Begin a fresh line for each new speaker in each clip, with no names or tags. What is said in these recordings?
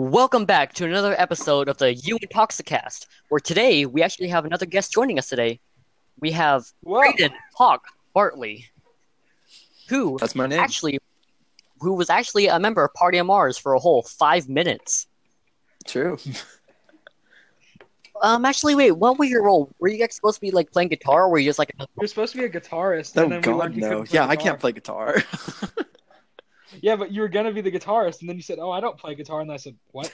Welcome back to another episode of the You Intoxicast, where today we actually have another guest joining us today. We have
Well,
Braden Hawk Bartley, who
That's my name.
actually who was actually a member of Party of Mars for a whole five minutes.
True. Oh,
Um, actually, wait, what was your role? Were you guys supposed to be like playing guitar, or were you just like
you're supposed to be a guitarist. and
Oh
then we
God,
learned you
no.
couldn't play
Yeah, I
guitar.
can't play guitar.
Yeah, but you were gonna be the guitarist, and then you said, "Oh, I don't play guitar," and I said, "What?"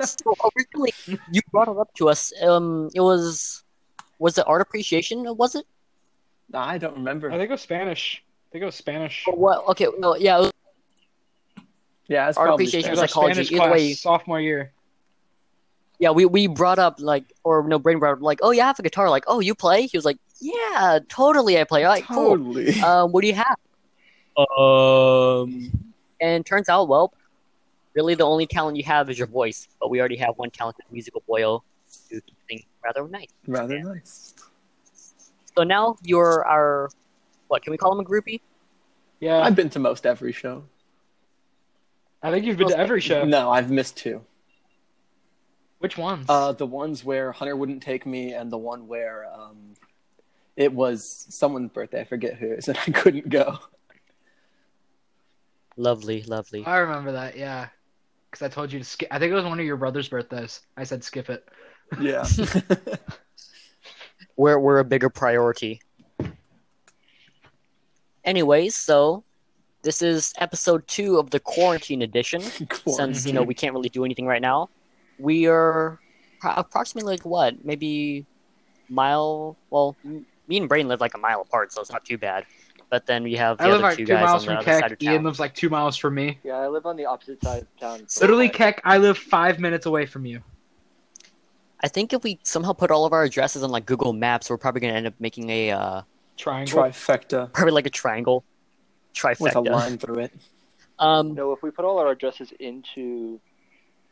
so originally you brought it up to us? Um, it was was it art appreciation? Was it?
No, I don't
I
remember.
think it was Spanish. I think it was Spanish.
Or what? Okay, no, yeah, it was
Yeah, it's
Art
probably
appreciation
It
Spanish.
was
like-
our
psychology,
Spanish
either
class
way.
sophomore year.
Yeah, we, we brought up like or no brain brought up like, oh yeah, I have a guitar. Like, oh you play? He was like, yeah, totally, I play. i like, cool.
totally.
Uh, what do you have?
Um,
And turns out, well, really the only talent you have is your voice. But we already have one talented musical boyo who can sing rather nice.
rather nice.
So now you're our what can we call him a groupie?
Yeah,
I've been to most every show.
I think you've been to every show.
No, I've missed two.
Which ones?
Uh, the ones where Hunter wouldn't take me, and the one where um, it was someone's birthday. I forget whose, and I couldn't go.
Lovely, lovely.
I remember that. Yeah, because I told you to skip. I think it was one of your brother's birthdays. I said skip it.
Yeah.
We're we're a bigger priority. Anyways, so this is episode two of the quarantine edition. since
Mm-hmm.
you know we can't really do anything right now. We are pro- approximately like what, maybe mile. Well, m- me and Brain live like a mile apart, so it's not too bad. But then we have the
I live
other
like
two
two
guys
miles
on the
from
other side
Keck.
of
Ian
town.
lives like two miles from me.
Yeah, I live on the opposite side of town. so
Literally,
I-
Keck. I live five minutes away from you.
I think if we somehow put all of our addresses on like Google Maps, we're probably gonna end up making a uh,
Triangle.
trifecta
probably like a triangle
with a
trifecta.
line through it.
Um,
No, if we put all our addresses into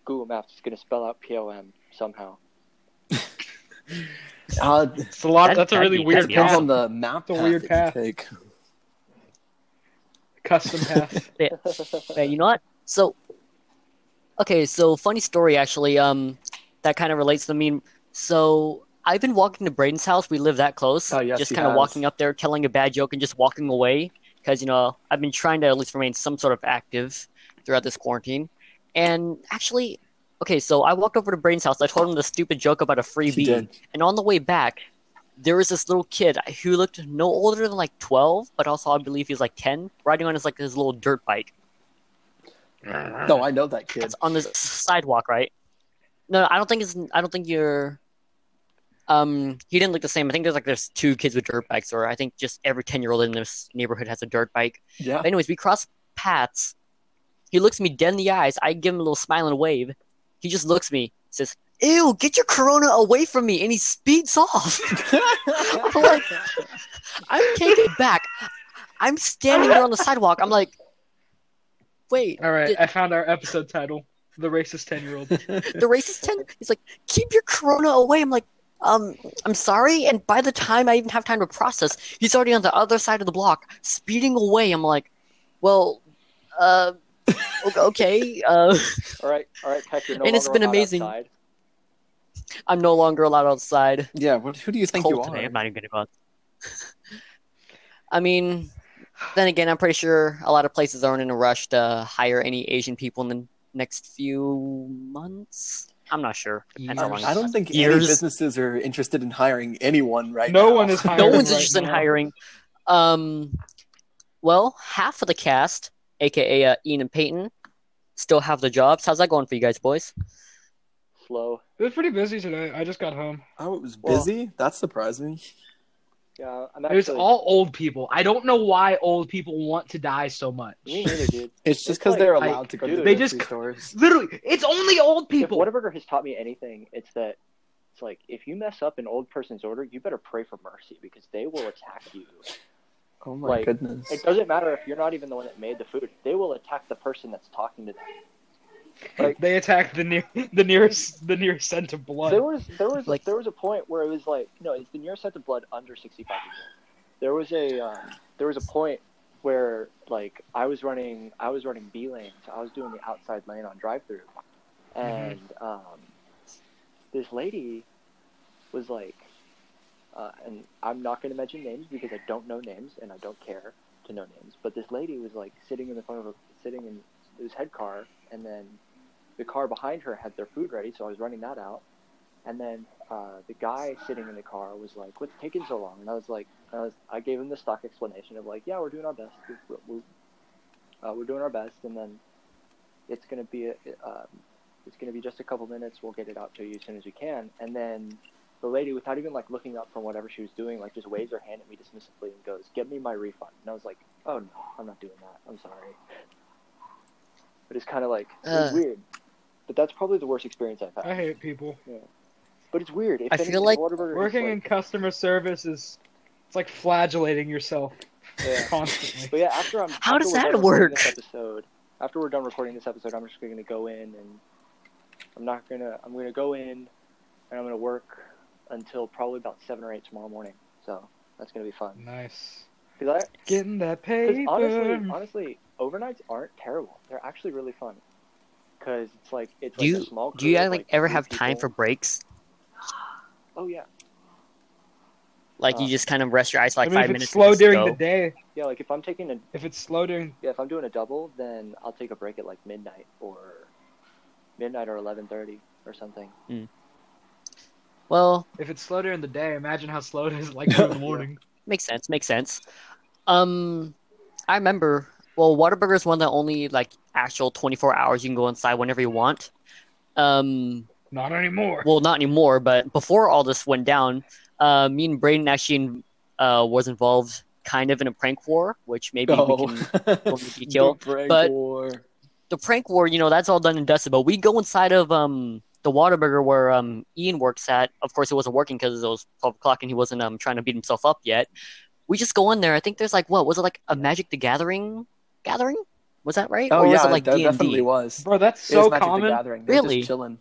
Google Maps, it's gonna spell out POM somehow.
Uh,
It's a lot.
That-
that's a
that'd
really
be-
weird
that'd be awesome.
depends
path.
on the map.
It's a weird
that you
path.
take.
Custom path.
Yeah, you know what? So, okay, so funny story actually. Um, that kind of relates to me. So I've been walking to Braden's house. We live that close.
Oh, yes,
just
he
kind of
has.
walking up there, telling a bad joke, and just walking away because you know I've been trying to at least remain some sort of active throughout this quarantine. And actually, okay, so I walked over to Braden's house. I told him the stupid joke about a free
He
bee.
did.
And on the way back, there was this little kid who looked no older than like 12, but also I believe he was like 10, riding on his like his little dirt bike.
No, I know that kid.
It's on the s- sidewalk, right? No, no, I don't think it's. I don't think you're. Um, he didn't look the same. I think there's like there's two kids with dirt bikes, or I think just every ten year old in this neighborhood has a dirt bike.
Yeah.
But anyways, we cross paths. He looks me dead in the eyes. I give him a little smile and wave. He just looks me, says, "Ew, get your corona away from me!" And he speeds off. I'm like, I'm taken back. I'm standing there on the sidewalk. I'm like, wait,
All right,
Did-
I found our episode title: "The Racist Ten Year Old."
the racist ten. He's like, keep your corona away. I'm like, um, I'm sorry. And by the time I even have time to process, he's already on the other side of the block, speeding away. I'm like, well, uh, o- okay, uh,
all right, all right, Peck, you're no
And it's
longer
been
allowed
amazing.
outside.
I'm no longer allowed outside.
yeah. What, who do you think you
Cold
are?
today. I'm not even gonna go out. I mean, then again, I'm pretty sure a lot of places aren't in a rush to hire any Asian people in the next few months. I'm not sure. Depends how
Years.
long.
I don't think any
Years.
businesses are interested in hiring anyone right now.
No one is hiring.
no one's
right
interested in
now.
hiring. Um, well, half of the cast, aka uh, Ian and Peyton, still have their jobs. How's that going for you guys, boys?
Slow.
It was pretty busy today. I just got home.
Oh, it was
Well-
busy. That's surprising.
Yeah, I'm
It was
actually.
all old people. I don't know why old people want to die so much.
Me neither, dude.
It's just
It's
because
like,
they're
like,
allowed to go to the
dude.
They just-
grocery stores.
Literally, it's only old
If
people.
Whataburger has taught me anything, it's that it's like if you mess up an old person's order, you better pray for mercy because they will attack you.
Oh my
like,
goodness.
It doesn't matter if you're not even the one that made the food; they will attack the person that's talking to them.
They attacked the near, the nearest, the nearest scent of blood.
There was there was
Like-
there was a point where it was like no, it's the nearest sense of blood under sixty five years old. There was a um, there was a point where like I was running I was running B lanes. I was doing the outside lane on drive through, and um, this lady was like, uh, and I'm not going to mention names because I don't know names and I don't care to know names. But this lady was like sitting in the front of a sitting in this head car, and then the car behind her had their food ready, so I was running that out. And then uh, the guy sitting in the car was like, "What's taking so long?" And I was like, I, was, I gave him the stock explanation of like, "Yeah, we're doing our best. We're, we're, uh, we're doing our best." And then it's gonna be a, um, it's gonna be just a couple minutes. We'll get it out to you as soon as we can. And then the lady, without even like looking up from whatever she was doing, like just waves her hand at me dismissively and goes, "Get me my refund." And I was like, "Oh no, I'm not doing that. I'm sorry." But it's kind of like it was
Ugh.
weird. But that's probably the worst experience I've had.
I hate people.
But it's weird. If
I feel like
Whataburger is,
Working in
like-
customer service is it's like flagellating yourself constantly.
But yeah, after I'm
How
after
does
we're done
that
recording this
work?
episode, after we're done recording this episode, I'm just gonna go in and I'm not gonna I'm gonna go in and I'm gonna work until probably about seven or eight tomorrow morning. So that's gonna be fun.
Nice.
Because
Getting that
honestly,
paper.
honestly, overnights aren't terrible. They're actually really fun. Because it's like it's
Do
like
you
a small.
do you
crew
guys
of,
like ever
three
have time for
people.
breaks?
Oh yeah,
Like you
Uh,
just kind of rest your eyes for
I
like
mean,
five
if
minutes.
it's
and
slow
just
during
go.
the day,
yeah. Like if I'm taking a
if it's slow during,
Yeah, if I'm doing a double, then I'll take a break at like midnight or midnight or eleven thirty or something.
Well,
if it's slow during the day, imagine how slow it is like in the morning.
makes sense. Makes sense. Um, I remember. Well, Whataburger is one that only like actual twenty four hours you can go inside whenever you want. Um,
Not anymore.
well, not anymore, but before all this went down, uh, me and Braden actually uh, was involved kind of in a prank war, which maybe
Oh.
we can go into detail. but- the prank war, you know, that's all done and dusted. But we go inside of um the Waterburger where um Ian works at. Of course, it wasn't working because it was twelve o'clock and he wasn't um trying to beat himself up yet. We just go in there. I think there's like what was it like a Magic the Gathering gathering? Was that right?
oh
or
yeah,
was it like
that
D and
definitely
D?
was.
Bro, that's
it was
so
Magic the
common.
Gathering. They're
Really?
just chilling.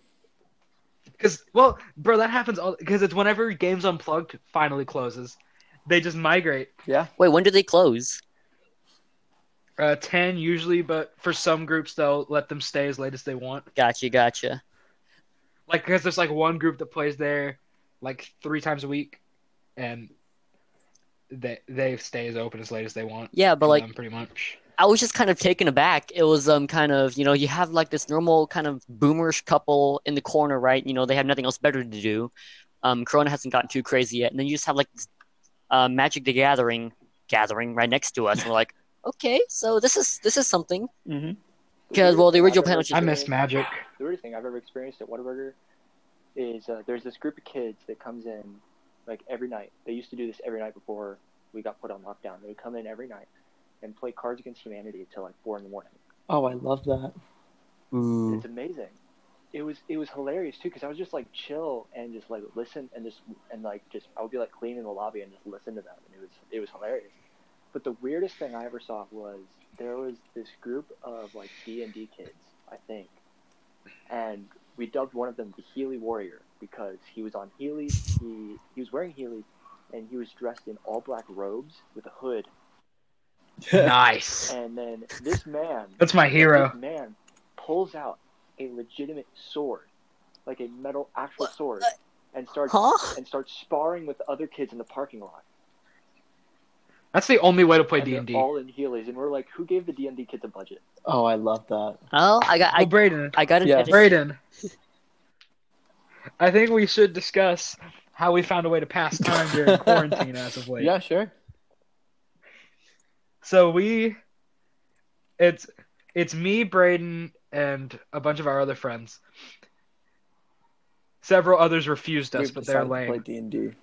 Because well, bro, that happens all because it's whenever Games Unplugged finally closes, they just migrate.
Yeah,
Wait, when did they close?
Uh, ten usually, but for some groups they'll let them stay as late as they want.
Gotcha, gotcha.
Like because there's like one group that plays there, like three times a week, and they they stay as open as late as they want.
Yeah, but
for
like
them, pretty much.
I was just kind of taken aback. It was um kind of you know you have like this normal kind of boomerish couple in the corner, right? You know they have nothing else better to do. Um, Corona hasn't gotten too crazy yet, and then you just have like this, uh, Magic the Gathering gathering right next to us, and we're like, okay, so this is this is something.
hmm
The
'Cause,
weirdest
well, the
thing I've
original
ever
penalty-
I miss
experienced-
Magic.
The weirdest thing I've ever experienced at Whataburger is uh, there's this group of kids that comes in like every night. They used to do this every night before we got put on lockdown. They would come in every night and play Cards Against Humanity till like four in the morning.
Oh, I love that.
Ooh.
It's amazing. It was it was hilarious too because I was just like chill and just like listen and just and like just I would be like cleaning the lobby and just listen to them and it was it was hilarious. But the weirdest thing I ever saw was there was this group of like D and D kids I think, and we dubbed one of them the Healy Warrior because he was on Heelys. He he was wearing Heelys and he was dressed in all black robes with a hood.
nice.
And then this man
That's my hero.
this man pulls out a legitimate sword, like a metal actual
What?
sword, and starts
Huh?
and starts sparring with other kids in the parking lot.
That's the only way to play
and
D
they're
and D.
All in Heelys, and we're like, who gave the D and D kids a budget?
oh, I love that.
Oh, I got
Well,
I,
Braden,
I got an
Yeah.
edit.
Braden. I think we should discuss how we found a way to pass time during quarantine as of late.
Yeah, sure.
So we, it's it's me, Braden, and a bunch of our other friends. Several others refused us,
We've
but they're
decided to play
lame.
D and D.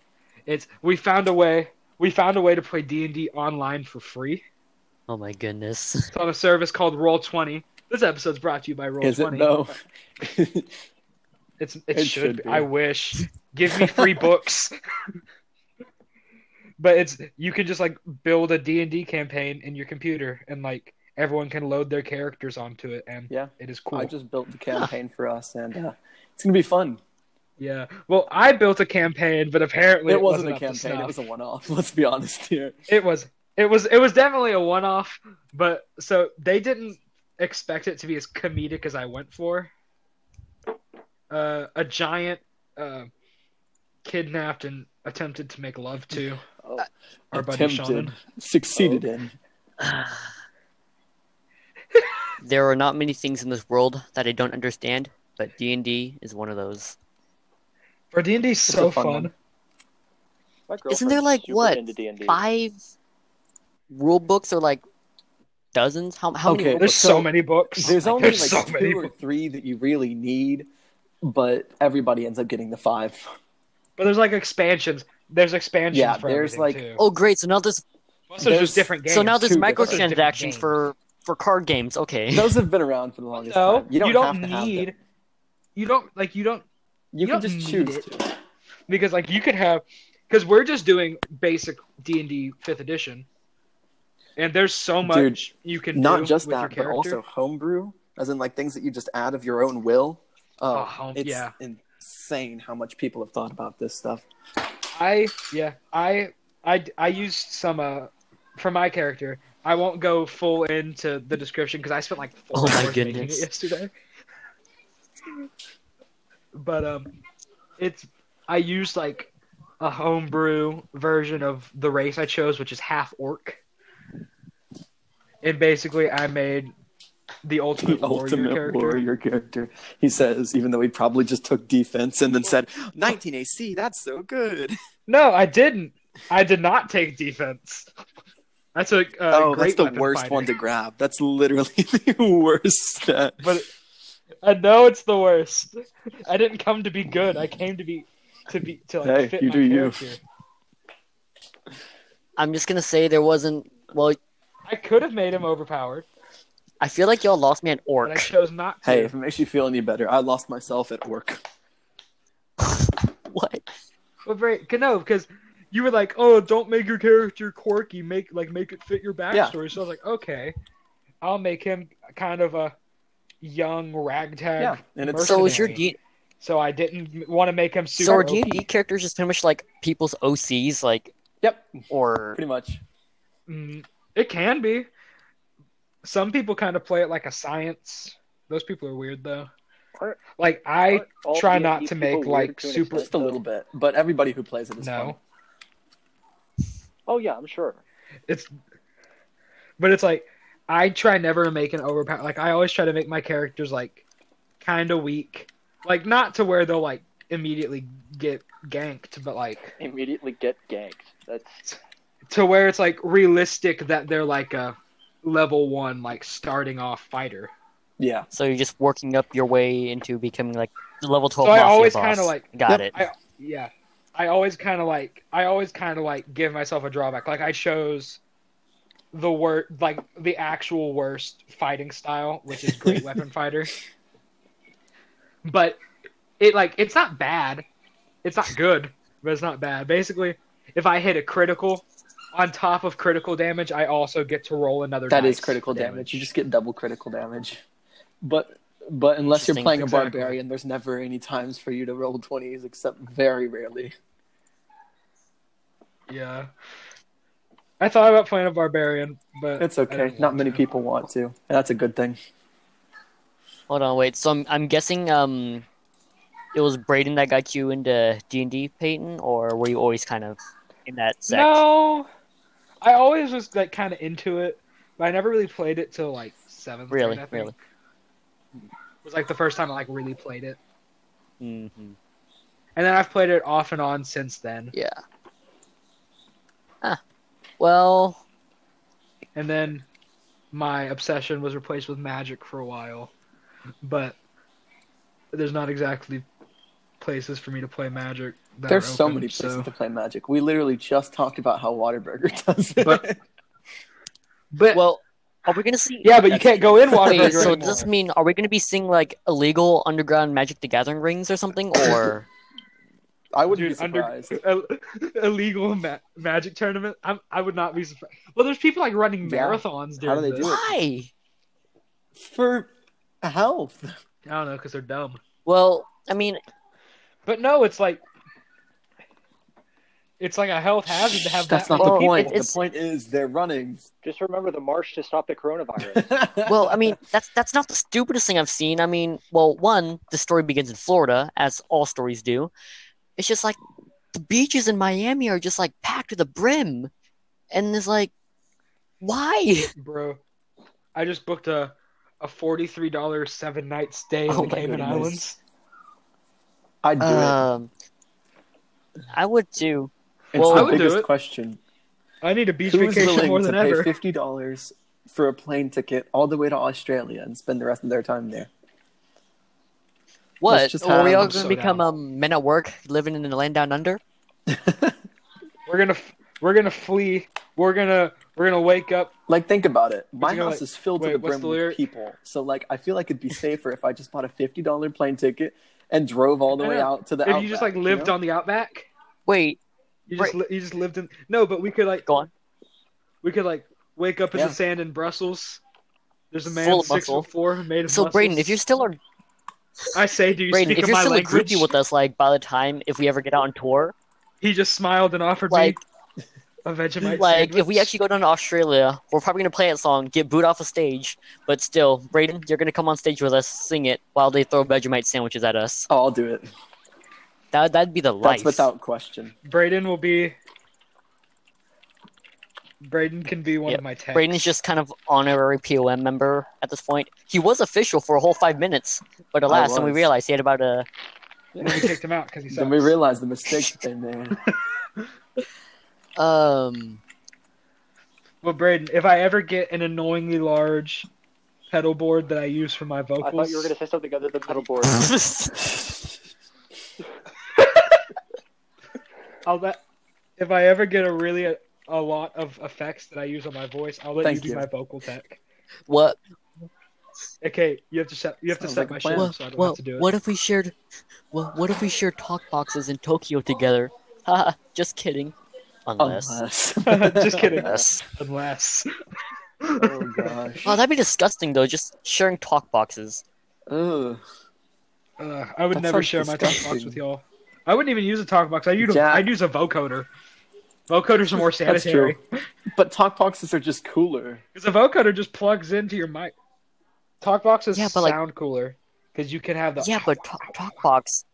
It's we found a way. We found a way to play D and D online for free.
Oh my goodness.
It's on a service called Roll Twenty. This episode's brought to you by Roll
Is it
Twenty.
though?
It's it,
It
should.
should
be.
be.
I wish. Give me free books. but it's you can just like build a D and D campaign in your computer, and like everyone can load their characters onto it, and
Yeah.
it is cool.
I just built the campaign for us, and uh, it's gonna be fun.
Yeah. Well, I built a campaign, but apparently
it wasn't a
up to
campaign;
snuff.
it was a one-off. Let's be honest here.
It was. It was. It was definitely a one-off. But so they didn't expect it to be as comedic as I went for. uh, a giant uh, kidnapped and attempted to make love to
Oh,
our buddy Oh.
Attempted,
Sean.
succeeded in.
there are not many things in this world that I don't understand, but D and D is one of those.
Bro, D and D's
It's
so
a fun
fun.
one.
my
Isn't there,
girlfriend's
like,
super
what,
into D&D.
Five rule books are like dozens. How how
Okay,
many?
There's
Rule
so,
So,
many books.
There's only
There's
like
so many
two or
books.
three that you really need, but everybody ends up getting the five.
But there's like expansions. There's expansions.
Yeah,
for
there's,
everything, too.
like-
oh, great! So now there's
Plus, there's, just
there's-
different games.
so now there's
two different-
microtransactions
different
for for card games. Okay,
Those have been around for the longest
no,
time.
you don't,
have to have
need.
them.
you don't like. You don't
You,
you
can
don't
just
need
choose
it.
to.
because like you could have because we're just doing basic D and D fifth edition, and there's so much
Dude,
you can do
Not just
with your
that, but
character.
also homebrew, as in like things that you just add of your own will. Oh,
Oh, home-
it's
yeah.
insane how much people have thought about this stuff.
I yeah I I I used some uh for my character. I won't go full into the description because I spent like four
Oh my
hours making it
goodness.
yesterday. but um, it's I used like a homebrew version of the race I chose, which is half orc, and basically I made the ultimate, warrior character.
character. He says, even though he probably just took defense and then said, 19 AC, that's so good.
No, I didn't. I did not take defense. I took uh,
oh, that's
great
the
weapon
worst
fighter.
one to grab. That's literally the worst stat.
but I know it's the worst. I didn't come to be good. I came to be to be to like
Hey,
fit
you
my
do you.
character.
I'm just gonna say there wasn't. Well,
I could have made him overpowered,
I feel like y'all lost me an
but I
orc.
chose not to.
Hey, if it makes you feel any better, I lost myself at work.
What?
But very, no, because you were like, "Oh, don't make your character quirky. Make like make it fit your
Yeah.
backstory." So I was like, "Okay, I'll make him kind of a young ragtag."
Yeah, and it's
So is your
Mercenary.
D
So I didn't want to make him super.
So are
OP.
D and D characters just pretty much like people's OCs, like
yep,
or
pretty much.
Mm, it can be. Some people kind of play it like a science. Those people are weird though.
Aren't-
Like I
aren't all
try
D&D
not to make
people
like
weird to an
super.
extent,
Just a
though?
little bit, but everybody who plays it is
uh, No,
Oh yeah, I'm sure.
it's. But it's like I try never to make an overpower. Like I always try to make my characters like kind of weak, like not to where they'll like immediately get ganked, but like
Immediately get ganked. That's
to where it's like realistic that they're like a level one like starting off fighter.
fun. Yeah,
so you're just working up your way into becoming like the level twelve.
So I
mafia
always
boss.
kinda, like-
got
Yep.
it.
yeah i always kind of like i always kind of like give myself a drawback like i chose the word like the actual worst fighting style which is great weapon fighter but it like it's not bad it's not good but it's not bad basically if i hit a critical on top of critical damage i also get to roll another
that is
dice
critical
for
damage. You just get double critical damage. But but unless you're
Interesting.
playing a
Exactly.
barbarian, there's never any times for you to roll 20s except very rarely.
yeah i thought about playing a barbarian but
It's
Uh, I
okay.
didn't
Not
want
many
to.
people want to. And that's a good thing.
Hold on, wait. So I'm I'm guessing um, it was Braden that got you into D and D, Peyton, or were you always kind of in that sect?
No, I always was like kind of into it, but I never really played it till like seventh. grade,
Really,
I think.
really.
It was like the first time I like really played it,
Mm-hmm.
and then I've played it off and on since then.
Yeah. Huh. Well,
And then my obsession was replaced with Magic for a while, but there's not exactly places for me to play Magic. That
There's
are
so
open,
many places to play Magic. We literally just talked about how Waterburger does it.
But- But
well, are we gonna see?
yeah, but you can't go in water.
Wait, so does this mean are we gonna be seeing like illegal underground Magic the Gathering rings or something, or?
I wouldn't be
Dude, under-
surprised.
Ill- illegal ma- magic tournament. I'm, I would not be surprised. Well, there's people like running
Yeah.
marathons.
How do
during
they
this.
do it?
Why?
For health.
I don't know because they're dumb.
Well, I mean,
But no, it's like It's like a health hazard to have
That's
that.
not the
Oh,
point.
it- it's-
the point is they're running.
Just remember the march to stop the coronavirus.
well, I mean, that's that's not the stupidest thing I've seen. I mean, well, one, the story begins in Florida, as all stories do. It's just like the beaches in Miami are just like packed to the brim, and it's like, why?
bro. I just booked a a forty three dollar seven night stay
Oh
in the
my
Cayman
goodness.
Islands.
I'd do
Um, I would too.
it. It's
well,
I
the
would do
biggest
it.
question.
I need a beach
Who is
vacation
willing
more
to
than
pay
ever.
fifty dollars for a plane ticket all the way to Australia and spend the rest of their time there?
What?
just
Are we
have-
all going
I'm
to
so
become
down.
um, men at work living in the land down under?
We're gonna f- we're gonna flee. We're gonna we're gonna wake up.
Like, think about it. My
you know,
house
like-
is filled
wait,
to the
what's
brim
the
with
lyric?
people, so like, I feel like it'd be safer if I just bought a fifty dollar plane ticket and drove all the
I
way
know.
out to the.
If you just like lived on the outback,
Wait,
you just
Right.
li- you just lived in. No, but we could like
go on.
we could like wake up in
Yeah.
the sand in Brussels. There's a
Full
man
of
six
muscle.
foot four made of
So,
muscles.
Brayden, if you're still a
I say, do you
Brayden,
speak
if
in
you're
my
still a
language?
groupie with us, like by the time if we ever get out on tour,
He just smiled and offered
like
me a Vegemite
like if
sandwich.
we actually go down to Australia, we're probably gonna play that song, get booed off a stage, but still, Brayden, you're gonna come on stage with us, sing it while they throw Vegemite sandwiches at us.
Oh, I'll do it.
That that'd be the life.
That's without question.
Braden will be. Braden can be one
Yep.
of my techs.
Brayden's just kind of honorary POM member at this point. He was official for a whole five minutes, but alas, and we
was.
realized he had about a
And we kicked him out because he sucks.
Then we realized the mistake that they made.
um.
But Braden, if I ever get an annoyingly large pedal board that I use for my vocals,
I thought you were gonna say something other than pedal board.
I'll let. If I ever get a really a, a lot of effects that I use on my voice, I'll let
Thank
you be
you.
my vocal tech.
what
Okay, you have to set. You have
Sounds
to set
like a
my shit
plan.
up so I
what
don't have
what,
to do it.
what if we shared what what if we shared talk boxes in Tokyo together? Haha, just kidding. Unless.
Unless.
Just kidding.
Unless.
Unless
oh gosh.
Wow, that'd be disgusting though. Just sharing talk boxes.
Ugh.
uh, I would
That
never
sounds
share my talk box
disgusting.
with y'all. I wouldn't even use a talk box. I use a,
Jack.
I'd use a vocoder. Vocoders are more
That's
sanitary
But talk boxes are just cooler.
because a vocoder just plugs into your mic. Talk boxes
Yeah, but, like-
sound cooler because you can have the
Yeah, but talk, talk box.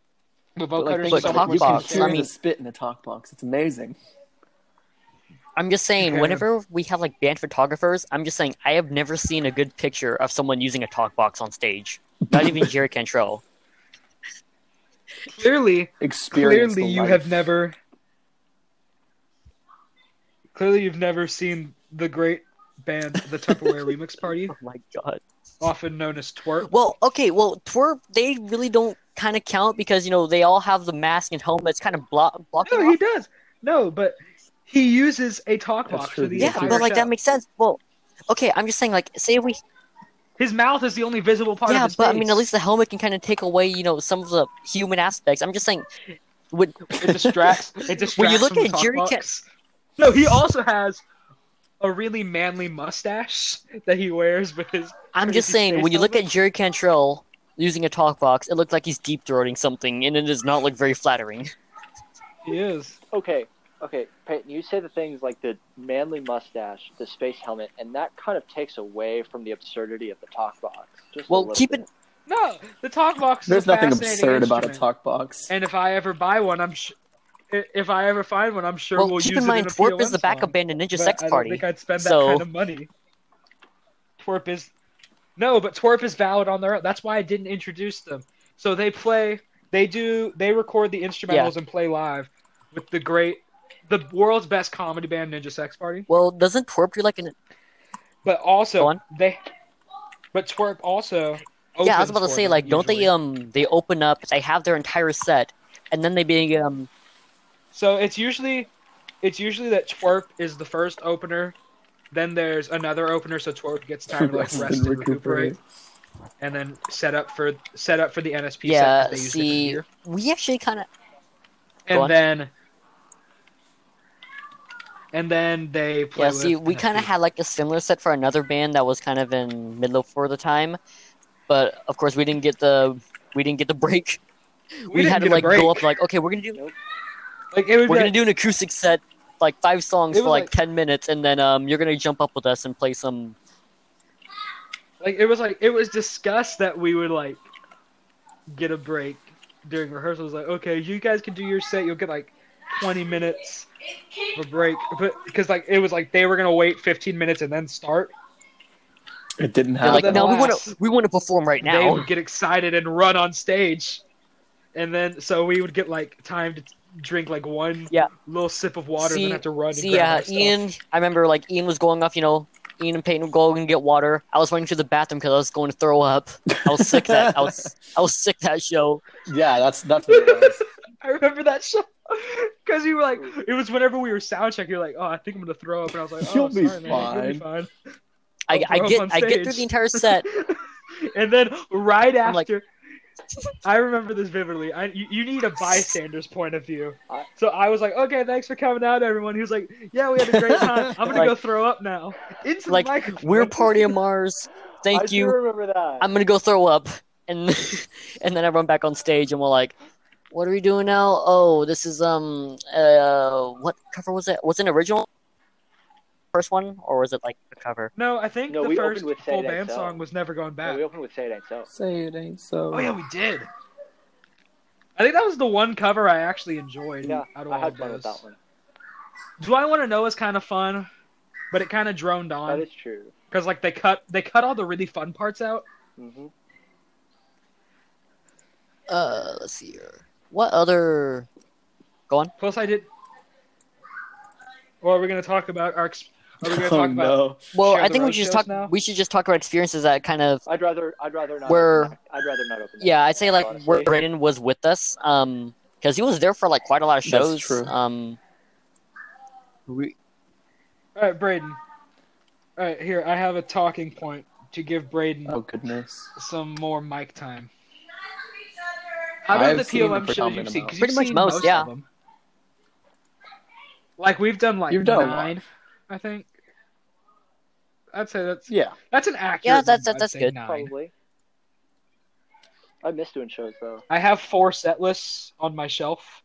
The
But, like,
vocoder
think
But
about it.
talk
you
box,
can hear
I mean-
the spit in a talk box. It's amazing.
I'm just saying,
Yeah.
whenever we have like band photographers, I'm just saying I have never seen a good picture of someone using a talk box on stage. Not even Jerry Cantrell.
clearly clearly
Experience. the
you
life.
have never clearly you've never seen the great band the tupperware remix party
Oh my god.
often known as twerp
Well, okay, well, twerp they really don't kind of count because you know they all have the mask and helmets kind of block blocking.
no he
off.
does no but he uses a talk
That's
box
true,
for the
he
Yeah,
entire
but like
show.
that makes sense. Well, okay, I'm just saying like say we
his mouth is the only visible part
yeah,
of his
but I
face.
mean at least the helmet can kind of take away you know some of the human aspects. I'm just saying, would
it distracts it distracts
When you look
from
at
the talk
Jerry Cat-
box. no he also has a really manly mustache that he wears with his
I'm
Or
just
is he
saying, when
based
you
on
look
that?
at Jerry Cantrell using a talk box, it looked like he's deep throating something, and it does not look very flattering.
he is
okay, okay, Peyton, you say the things like the manly mustache, the space helmet, and that kind of takes away from the absurdity of the talk box. Just a
Well,
little
keep
bit.
it-
no the talk box is
There's
a
nothing
fascinating
absurd about a
instrument.
talk box.
And if I ever buy one, I'm sh- i- if I ever find one, I'm sure
well,
we'll
keep
use
in mind,
it in a
Twerp
PLM
is the backup
song.
band in Ninja
But
Sex
I don't
Party.
think I'd spend that
so-
kind of money. Twerp is no, but Twerp is valid on their own. That's why I didn't introduce them. So they play, they do, they record the instrumentals and play live with the great, the world's best comedy band, Ninja Sex Party.
Well, doesn't Twerp do like an?
But
Go
also
on.
they, but Twerp also.
Yeah, I was
opens
about to
for
say
them
like, don't
usually.
they um they open up, they have their entire set, and then they being um
So it's usually it's usually that twerp is the first opener, then there's another opener, so twerp gets time to like
Rest and
rest and recuperate,
recuperate.
and then set up for set up for the NSP set
yeah
that they usually
see
hear.
we actually kind of
and
on.
then and then they play.
yeah see
with
we
NSP.
kind of had like a similar set for another band that was kind of in middle for the time, but of course we didn't get the we didn't get the break.
we,
We,
didn't
had to
get a
like
break.
go up like okay we're gonna do
Nope.
Like it would
We're
be
gonna do an acoustic set, like five songs
It
for
was
like,
like-
ten minutes, and then um, you're gonna jump up with us and play some.
like it was like it was discussed that we would like get a break during rehearsals like okay you guys can do your set you'll get like 20 minutes of a break but because like it was like they were gonna wait 15 minutes and then start
It didn't
They're
Uh,
like,
then
happen.
no, we want to
last-
we want to perform right
they
now.
would get excited and run on stage and then so we would get like time to drink like one
Yeah.
little sip of water and
See-
then have to run and
See,
grab
uh,
our stuff.
Ian, I remember like Ian was going off, you know, Ian and Peyton would go and get water. I was running to the bathroom because I was going to throw up. I was sick that I was I was sick that show.
Yeah, that's that's what it was.
I remember that show because you were like, it was whenever we were sound checking. You're like, oh, I think I'm gonna throw up, and I was like, oh,
You'll be
sorry, man, you'll be fine.
I,
I'll
I
throw up
get
on
I get through
stage.
the entire set.
and then right
I'm like-
after, I remember this vividly. I you, you need a bystander's point of view.
Uh,
I-
So I was like, okay, thanks for coming out, everyone. He was like, yeah, we had a great time. I'm gonna
Like-
go throw up now. Into the
like,
microphone.
We're party of Mars. Thank
I do
you.
remember that.
I'm gonna go throw up, and and then I run back on stage, and we're like, "What are we doing now? Oh, this is um, uh, what cover was it? Was it an original first one, or was it like a cover?
No, I think
No,
the
we
first
opened with Say
full
That
band
Song.
song was never going
Yeah,
back.
we opened with Say It Ain't So.
Say it ain't so.
oh yeah, we did. I think that was the one cover I actually enjoyed
Yeah,
out of
I
all
had
of
fun with
those.
that one.
Do I want to know is kind of fun, but it kind of droned
That
on
is true.
because like they cut they cut all the really fun parts out.
hmm
Uh, let's see here. What other? Go on.
Plus, I did. Or are we gonna talk about our? ex- Are we gonna
Oh
talk about?
no.
Well,
Share
I
the
think we
road
should just
shows
talk.
now?
We should just talk about experiences that kind of.
I'd rather I'd rather not.
Where-
open that. I'd rather not open. That.
Yeah, I'd say like where
honestly.
Brayden was with us, um, because he was there for like quite a lot of
That's
shows.
true.
Um, we,
All right, Braden. All right, here I have a talking point to give Braden
Oh goodness.
some more mic time. How about
I've
the
seen the
POM shows
predominant
you've seen?
amount.
'Cause
Pretty
you've
much
seen
most,
of
yeah.
them. Like we've done like
You've done a lot.
nine, I think. I'd say that's
Yeah.
that's an accurate.
Yeah, that's-
number, I'd
that's
say
good.
nine.
Probably. I miss doing shows though.
I have four set lists on my shelf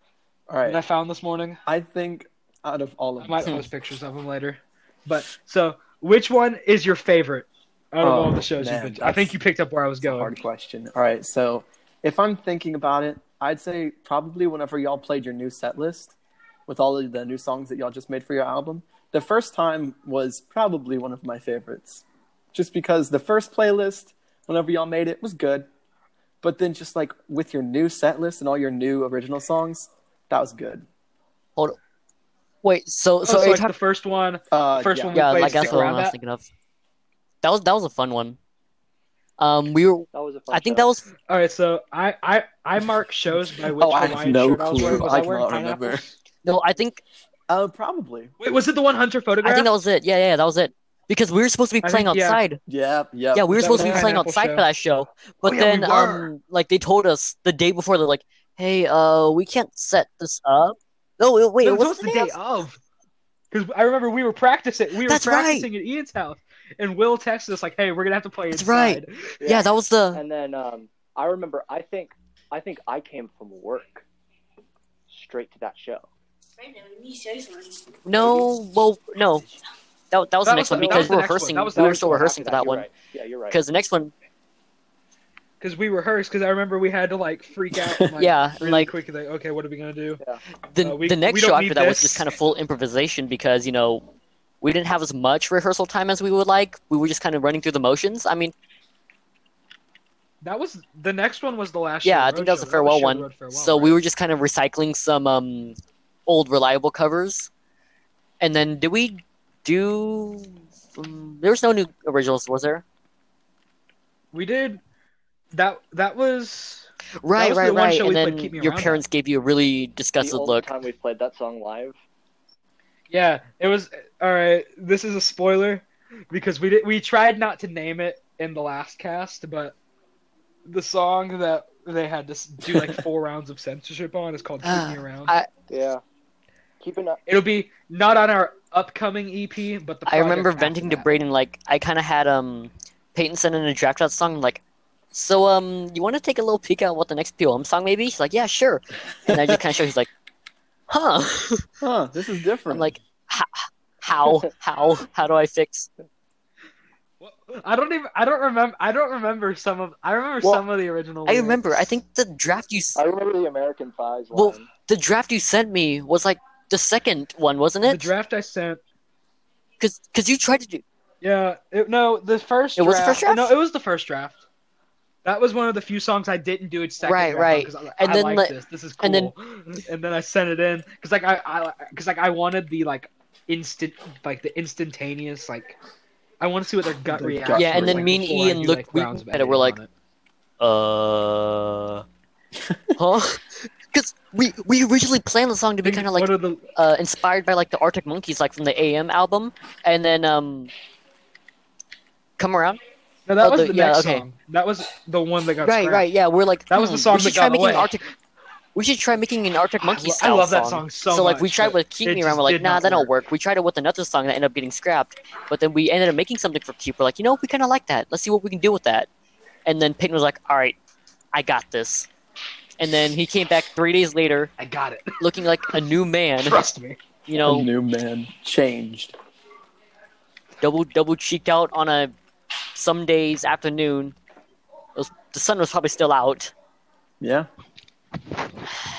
All right.
that I found this morning.
I think out of all
I
of
might
them,
post pictures of them later. But so, which one is your favorite out of
Oh,
all the shows
man,
you've been? to? I think
that's-
you picked up where I was
it's a
going.
hard question. All right, so if I'm thinking about it, I'd say probably whenever y'all played your new set list with all of the new songs that y'all just made for your album, the first time was probably one of my favorites, just because the first playlist whenever y'all made it was good, but then just like with your new set list and all your new original songs, that was good.
wait, so
Oh,
so
so,
are you
like
talking?
the first one,
Uh,
First
yeah.
one we
yeah,
played
like that's
Stick
the one
Around
I was
That.
thinking of. That was that was a fun one. Um, we were.
That was a fun.
I think
show.
that was.
All right, so I I I mark shows by which
Oh, I have
Hawaiian
no
shirt I was wearing.
clue.
Was
I
wearing
cannot remember.
pineapples?
No, I think
Uh, probably.
Wait, was it the one Hunter photograph?
I think that was it. Yeah, yeah, that was it. Because we were supposed to be
I
playing
think, yeah.
outside.
Yeah, yeah.
Yeah, we were
That
supposed to
was
be
the
playing
pineapple
outside
show.
for
Oh,
that show. But
yeah, we
then,
were.
um, like they told us the day before, they're like, "Hey, uh, we can't set this up." No, it- wait, it
No, it was
was
the day of. Because I remember we were practicing. We were
That's right.
practicing at Ian's house, and Will texted us like, "Hey, we're gonna have to play
That's
inside."
Yeah, that was the.
And then um, I remember. I think I think I came from work straight to that show.
No, well, no, that that was the next one
That was the- that
because
was the
we were
next one.
rehearsing.
That was the
We were
next
still
one after
rehearsing for
After
that
you're
one
right. Yeah, you're right.
because the next one,
Because we rehearsed. Because I remember we had to like freak out. and, Like,
yeah,
Really
like
quick, like, okay, what are we gonna do?
the,
Uh, we-
the next
we don't
show after
need
that was
this.
just kind of full improvisation because you know we didn't have as much rehearsal time as we would like we were just kind of running through the motions i mean
That was the next one was the last.
Yeah,
Show
I think that was
Roadshow.
the farewell
Show
one.
Road Farewell,
so
right?
we were just kind of recycling some um old reliable covers and then did we do um, there was no new originals was there
we did that. That was
right
was the
right
one
right
show
and
we played
then
Keep Me
your
Around
parents gave you a really
the
disgusted
only
look
time we played that song live.
yeah. It was all right. This is a spoiler because we did we tried not to name it in the last cast, but the song that they had to s- do like four rounds of censorship on is called "Keep Me Around."
I-
Yeah. Keep an eye.
It'll be not on our upcoming EP, but the
I remember
project after
venting to
that.
Braden like I kind of had um Peyton send in a draft out song like, so um you want to take a little peek at what the next POM song may be? She's like, yeah, sure. And I just kind of show. He's like, huh?
Huh, this is different.
I'm like, "Ho- how, how, how do I fix?
I don't even. I don't remember. I don't remember some of. I remember
Well,
some of the original.
I
lyrics.
remember. I think the draft you s-
I remember the American Pies
Well,
line.
the draft you sent me was like the second one, wasn't
the
it?
draft I sent.
Because because you tried to do.
Yeah. It, no, the first.
It was the first draft?
No, it was the first draft. That was one of the few songs I didn't do a second
Right,
draft on
right.
'cause I,
And
I
then,
like
like-
this. This is cool.
and then-
and then I sent it in because like I, I cause, like I wanted the like instant like the instantaneous like I want to see what their gut
The
reaction.
Yeah, and
is,
then
like,
me and
before I
Ian
do,
looked
like,
weak
rounds of
at it. We're
editing
like,
on it.
Uh, huh? Because we we originally planned the song to be
Think
kind of like
what are the
uh, inspired by like the Arctic Monkeys, like from the AM album, and then um, come around.
no that
oh,
was
the-
the
yeah,
next
okay.
song that was the one that got
right,
scrapped.
right, yeah. We're like
That was the
"Hmm,
song
we should
that
try
got
making an
away."
Arctic. We should try making an Arctic
I
Monkey
lo- I
style
love that song so
like we
much,
tried
but
with
it
Keep Me
just
Around, we're like,
did
nah,
not
that don't
work.
work. We tried it with another song that ended up getting scrapped, but then we ended up making something for Keep. We're like, you know, we kind of like that. Let's see what we can do with that. And then Peyton was like, all right, I got this. And then he came back three days later,
I got it.
looking like a new man.
Trust me.
You
a
know,
new man changed.
double double cheeked out on a some days afternoon. It was, the sun was probably still out,
Yeah.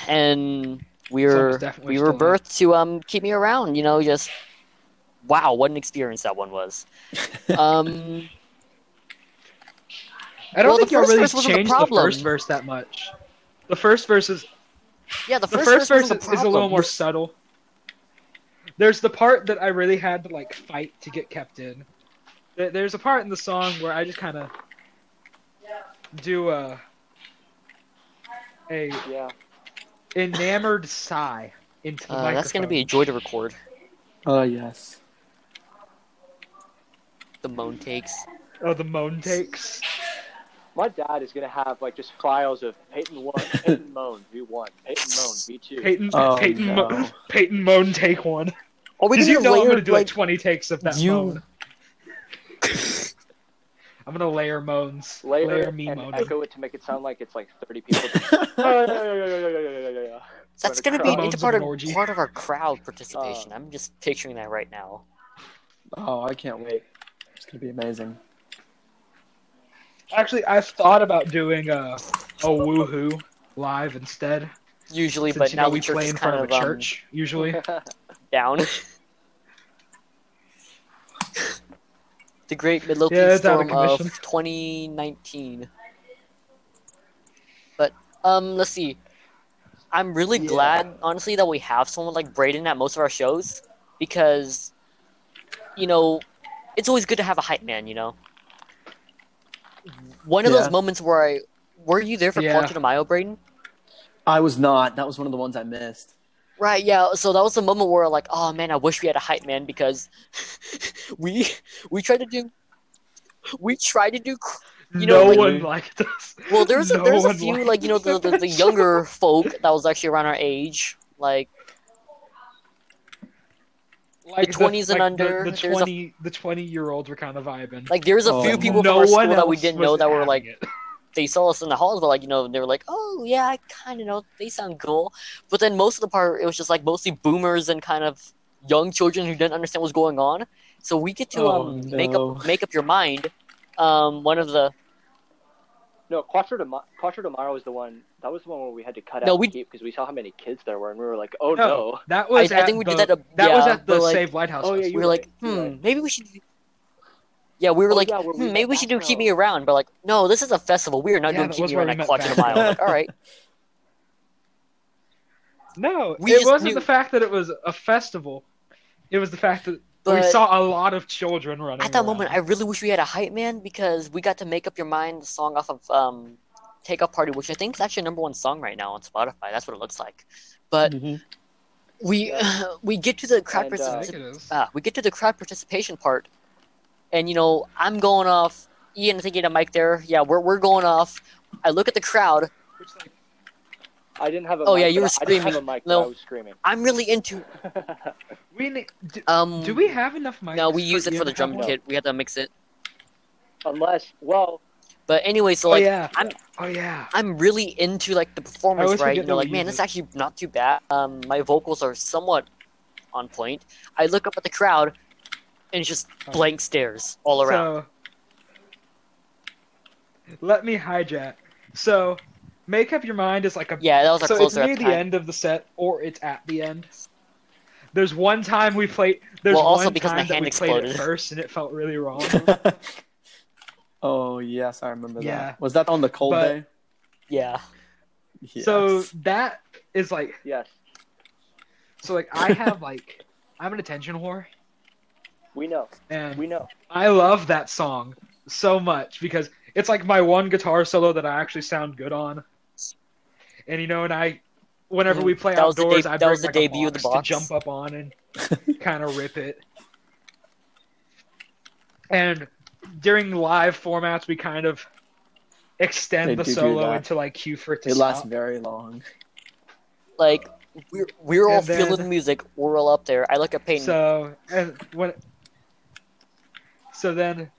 and we
Sun was
were
definitely
we were
still out.
birthed to um keep me around. You know, just wow, what an experience that one was. um,
I don't
Well, the
think y'all
first
really
verse wasn't the
changed the
problem.
first verse that much. The first verse is
yeah, the
the
first,
first,
verse,
verse
was
is is a little
problem.
more subtle. There's the part that I really had to like fight to get kept in. There- There's a part in the song where I just kind of do a a
yeah.
enamored sigh into the
Uh, that's gonna be a
microphone.
joy to record.
Oh yes.
The moan takes.
oh the moan takes.
My dad is gonna have like just files of Peyton one, Peyton Moan V one, Peyton Moan V two.
Peyton
Oh,
Peyton
no.
mo- Peyton moan take one.
Are we
Because
gonna
you know I'm
layer,
gonna do like,
like-
20 takes of that
you-
moan. I'm gonna layer moans. Layer,
Layer,
me
and
moaning.
echo it to make it sound like it's like thirty people. Oh,
that's
gonna
gonna be
come.
an
Moans of
part
an orgy. Uh,
of part of our crowd participation. I'm just picturing that right now.
Oh, I can't wait. It's gonna be amazing.
Actually, I thought about doing a, a woohoo live instead.
Usually,
Since
but
you
now
know
the
we
church
play
is
in
kind
front of, a
um,
church, usually.
down. the Great Midlothian
Yeah, it's out of
Storm of
commission.
2019. But um, let's see. I'm really
Yeah.
glad, honestly, that we have someone like Braden at most of our shows because, you know, it's always good to have a hype man. You know, one of
Yeah.
those moments where I were you there for
Yeah.
Quarter de Mayo, Braden?
I was not. That was one of the ones I missed.
Right, yeah. So that was the moment where like, oh man, I wish we had a hype man because we we tried to do we tried to do cr- You
no
know,
like-
one liked us.
well. There was a,
No
there was a
one
few
liked
like you know the, the, the younger folk that was actually around our age, like
Like
twenties and
like
under,
The, the
there's a-
20 the 20 year olds were kind of vibing.
like there was a
Oh.
few
But
people
no
from our
one
school that we
else
didn't
was
know that were
having
like oh,
it.
they saw us in the halls, but like you know they were like, oh yeah, I kind of know they sound cool, but then most of the part it was just like mostly boomers and kind of young children who didn't understand what's going on. So we get to
Oh,
um make
no.
up make up your mind. Um, one of the
No, Quattro de, Ma- Quattro de Maro was the one. That was the one where we had to cut
No,
out
we-
because we saw how many kids there were, and we were like, "Oh
No,
no!"
That was
I
at
think we
the,
did that a-
that was
yeah,
at the
but, like-
Save Lighthouse.
Oh, yeah,
Festival.
we
You
were like, hmm,
were right, you were right.
maybe we should. Yeah, we were
Oh,
like,
yeah, where we
hmm,
met
maybe we should do
Afro.
Keep Me Around. But like, no, this is a festival. We are not
Yeah,
doing
that
Keep
was
Me
where
Around
we
at
met
Clutch in a
back.
Mile. Like, all right,
No,
We
it
just
wasn't
knew-
the fact that it was a festival. It was the fact that we
But-
saw a lot of children running.
at that
around.
moment, I really wish we had a hype man because we got to make up your mind the song off of um, Take Off Party, which I think is actually number one song right now on Spotify. That's what it looks like. But
Mm-hmm.
Mhm.
we we get to the crowd
And, uh,
I
participation.
think it is.
uh, we get to the crowd participation part, and you know, I'm going off. Ian, I think you had a mic there. Yeah, we're we're going off. I look at the crowd.
Which, like,
I didn't have a.
Oh,
mic,
yeah, you
but
were
I- I didn't
screaming.
have a mic, but
No.
I was screaming.
I'm really into.
we ne- do,
Um,
do we have enough mics?
No, we use it
Ian
for the
to
drum
have one?
kit. We had to mix it.
Unless, well,
But anyway, so like
oh yeah.
I'm-
oh yeah.
I'm really into like the
I
performance,
always
right?
forget
You know,
that
like
we
man,
use
it's actually not too bad. Um, my vocals are somewhat on point. I look up at the crowd, and it's just
Oh.
blank stares all around.
So, let me hijack. So, make up your mind is like a
yeah, that was our
so it's
closer
near
at the
the
time.
end of the set or it's at the end. There's one time we played. There's
Well, also
one
because my
time that
hand
we played
exploded.
it first and it felt really wrong.
oh yes, I remember
Yeah.
that. Was that on the cold
But-
day?
Yeah,
Yes.
So that is like
Yes,
so like I have like I'm an attention whore
we know.
and
We know.
I love that song so much because it's like my one guitar solo that I actually sound good on. And you know, and I, whenever
Mhm.
we play
That was the
outdoors,
deb-
I
that
bring
was the
like
debut
a
of the
box,
box.
to jump up on and kind of rip it. And during live formats, we kind of extend
They
the
do do
solo
that.
into like cue for it to
it lasts
stop.
very long.
like we're we're all
And then-
feeling the music. We're all up there. I look at Peyton.
So and when so then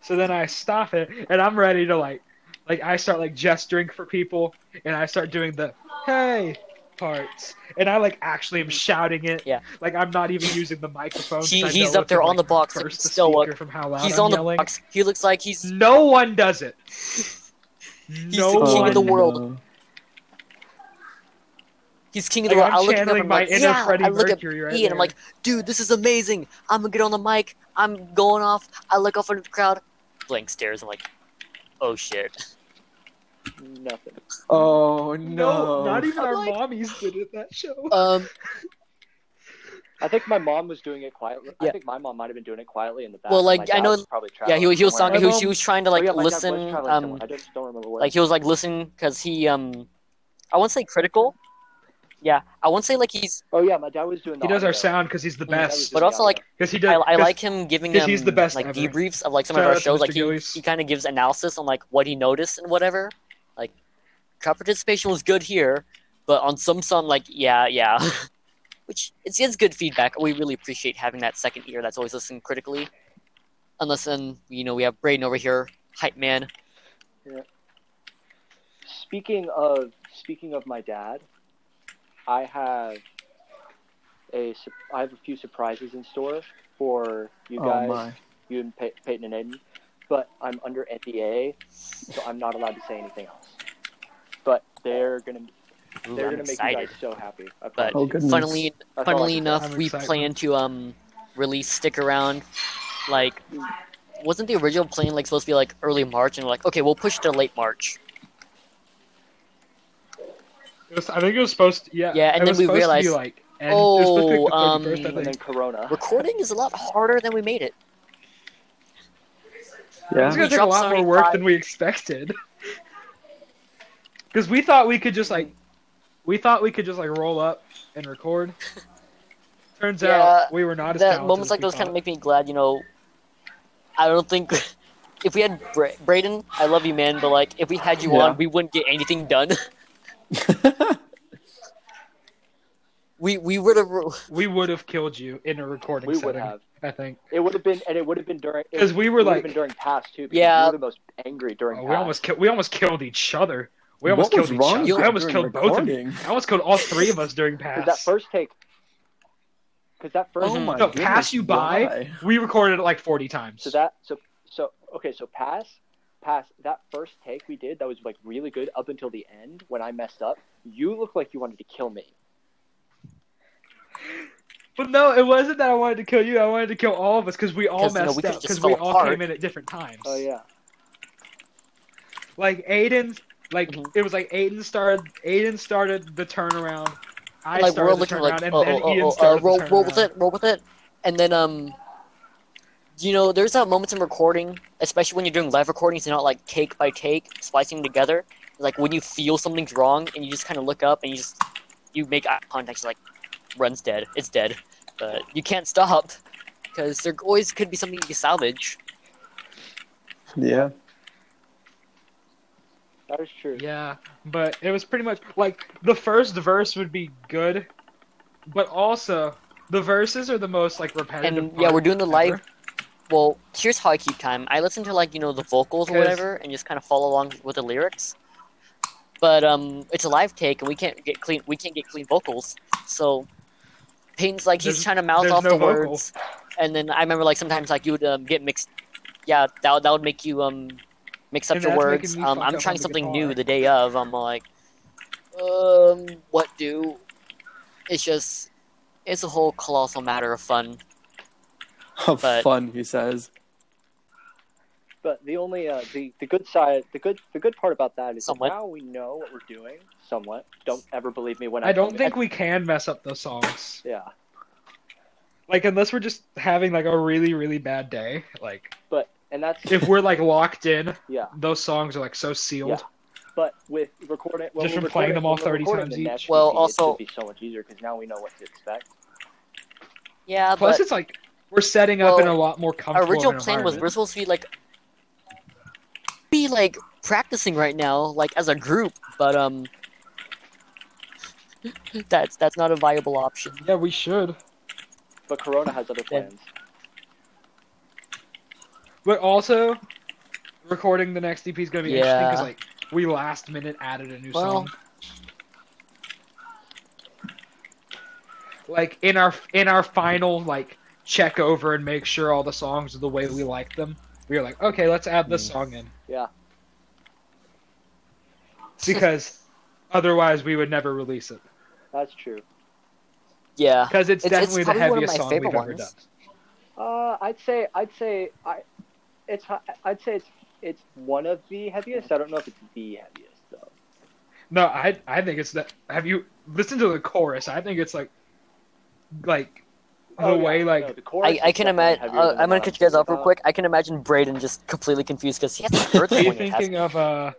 so then I stop it and I'm ready to like like I start like gesturing for people and I start doing the hey parts and I like actually am shouting it.
Yeah.
Like I'm not even using the microphone. 'cause
He-
I
he's
know
up
it
there
can,
on
like,
the box, like,
Curse the
still up.
speaker from how loud
he's
I'm
on the
yelling. Mm-hmm.
box. He looks like he's
No one does it. no
the king
one
of the world.
Oh, no.
he's king of the
Like,
world. I
I'm
look at him.
channeling
I'm
my
like,
inner
yeah.
Freddie
I look at
Mercury right
Ian. I'm
there.
like, dude, this is amazing. I'm gonna get on the mic. I'm going off. I look off into the crowd. Blank stares. I'm like, oh shit.
Nothing.
Oh no!
no, not even
I'm
our
like-
mommies did it that show.
Um,
I think my mom was doing it quietly.
Yeah.
I think my mom might have been doing it quietly in the back.
Well, like,
My dad
I know-
was probably
yeah, he, was- he was
traveling
talking. He
somewhere.
was, he was trying to like
Oh, yeah, my dad was
listen.
traveling
Um,
somewhere. I just don't remember where.
like he was like listen because he um, I won't say critical. Yeah, I won't say like he's,
oh yeah, my dad was doing. The
He does our
audio.
sound because he's the
My dad was
best.
doing
But
the
also,
audio.
like,
Because he
I,
does.
I like him giving
'cause
them
he's the best
like
ever.
debriefs of like some
Shout
of
out
our
to
shows.
Mr.
Like he,
Gillies.
he kind of gives analysis on like what he noticed and whatever. Like crowd participation was good here, but on some song, like yeah, yeah, which it's, it's good feedback. We really appreciate having that second ear that's always listening critically. Unless then you know we have Braden over here, hype man.
Speaking of speaking of my dad, I have a su- I have a few surprises in store for you
oh
guys,
my!
you and Pey- Peyton and Aiden. But I'm under NDA, so I'm not allowed to say anything else. But they're gonna
Ooh,
they're
I'm
gonna make you
excited.
guys so happy. I
But
promise.
Oh goodness!
Funnily,
That's all I
funnily
can say.
enough,
I'm
we
excited.
plan to um release stick around. Like, wasn't the original plan like supposed to be like early March? And we're like, okay, we'll push to late March.
It was, I think it was supposed to, yeah.
Yeah, and
it
then
was
we
supposed to be,
realized-
like, and it was supposed to be, like, the
Oh, um,
31st, I
and
think.
then Corona.
Recording is a lot harder than we made it.
It's
yeah.
we
gonna take a
dropped
lot more
Sonic
work
Five.
than we expected. Because we thought we could just like, we thought we could just like roll up and record. Turns
Yeah,
out we were not as
that
talented
moments
as
like
we
those kind of
thought.
make me glad. You know, I don't think if we had Bra- Braden, I love you, man, but like if we had you
Yeah.
on, we wouldn't get anything done. we we would have.
we would have killed you in a recording
We would
setting.
have.
I think
It would have been, and it would have been during. it
'Cause we were,
would have
like-
been during pass too. because
Yeah.
we were the most angry during.
oh, we
pass.
almost killed. We almost killed each other. We almost
what was
killed each
wrong?
other.
with
I
you
almost killed
during
both of you.
recording?
I almost killed all three of us during
Because
pass.
that first take. Because that first.
Oh my!
No,
goodness,
Mm-hmm. pass you by.
why?
we recorded it like forty times.
So that so so okay so pass pass that first take we did that was like really good up until the end when I messed up. You looked like you wanted to kill me.
But no, it wasn't that I wanted to kill you. I wanted to kill all of us because we all
'Cause, you know,
messed
we could've
up
just
because we
fell
all
apart.
came in at different times.
Oh yeah.
Like Aiden, like
Mhm.
it was like Aiden started. Aiden started the turnaround. I
like we're
started
all
the
looking
turnaround,
like
and
oh
then
oh oh,
Ian
oh, uh,
started
roll
the
roll with
turnaround.
it roll with it, and then um, you know there's that moments in recording, especially when you're doing live recordings, you're not like take by take splicing together. Like when you feel something's wrong and you just kind of look up and you just you make eye contact, you're like run's dead, it's dead, but you can't stop because there always could be something you can salvage.
Yeah.
That is true.
Yeah, but it was pretty much like the first verse would be good, but also the verses are the most like repetitive.
And yeah, we're doing the live well, here's how I keep time. I listen to like you know the vocals or
'Cause-
whatever, and just kind of follow along with the lyrics. But um, it's a live take, and we can't get clean. We can't get clean vocals, so Peyton's like he's
There's-
trying to mouth
there's
off
no
the
vocal.
words, and then I remember like sometimes like you would um, get mixed. Yeah, that would- that would make you um mix up
And
your
that's
words.
making me
Um,
fuck
I'm
up
trying
on the
something
guitar.
new the day of. I'm like, um, what do? It's just it's a whole colossal matter of fun.
Of
But-
fun, he says.
But the only uh, the the good side, the good the good part about that is that
Somewhat.
now we know what we're doing. Somewhat. Don't ever believe me when I.
I don't
tell
think
you.
we can mess up those songs.
Yeah,
Like unless we're just having like a really really bad day. Like
but and that's
if we're like locked in,
yeah.
those songs are like so sealed.
Yeah. But with recording, when
Just
we're
from playing
recording-
them all
when we're
30
recording
times
the
each?
Nash
Well,
EP, it
also-
should be so much easier because now we know what to expect.
Yeah,
Plus,
but
it's like we're setting up
Well,
in a lot more
our
comfortable.
original plan was we're
environment.
supposed to be like be like practicing right now, like as a group, but um that's that's not a viable option.
yeah, we should.
But Corona has other plans.
But also, recording the next EP is gonna be interesting
Yeah.
because like we last minute added a new
Well-
song. Like in our in our final like check over and make sure all the songs are the way we like them. We were like, okay, let's add
Mm.
this song in
Yeah,
because otherwise we would never release it
that's true.
Yeah.
because it's,
It's- it's
definitely the
probably one of
heaviest
my
song we've
favorite
ever done.
ones.
Uh, I'd say I'd say I, it's hi- I'd say it's it's one of the heaviest. I don't know if it's the heaviest though.
No, I I think it's that. Have you listened to the chorus? I think it's like, like, the
Oh, yeah,
way like
no, the chorus
I, I
is
can
definitely
imagine.
heavier
Uh,
than
I'm
the
gonna
one
cut you guys off
talking
real quick. I can imagine Braden just completely confused because he has a bird
Are you
one in his
thinking of uh?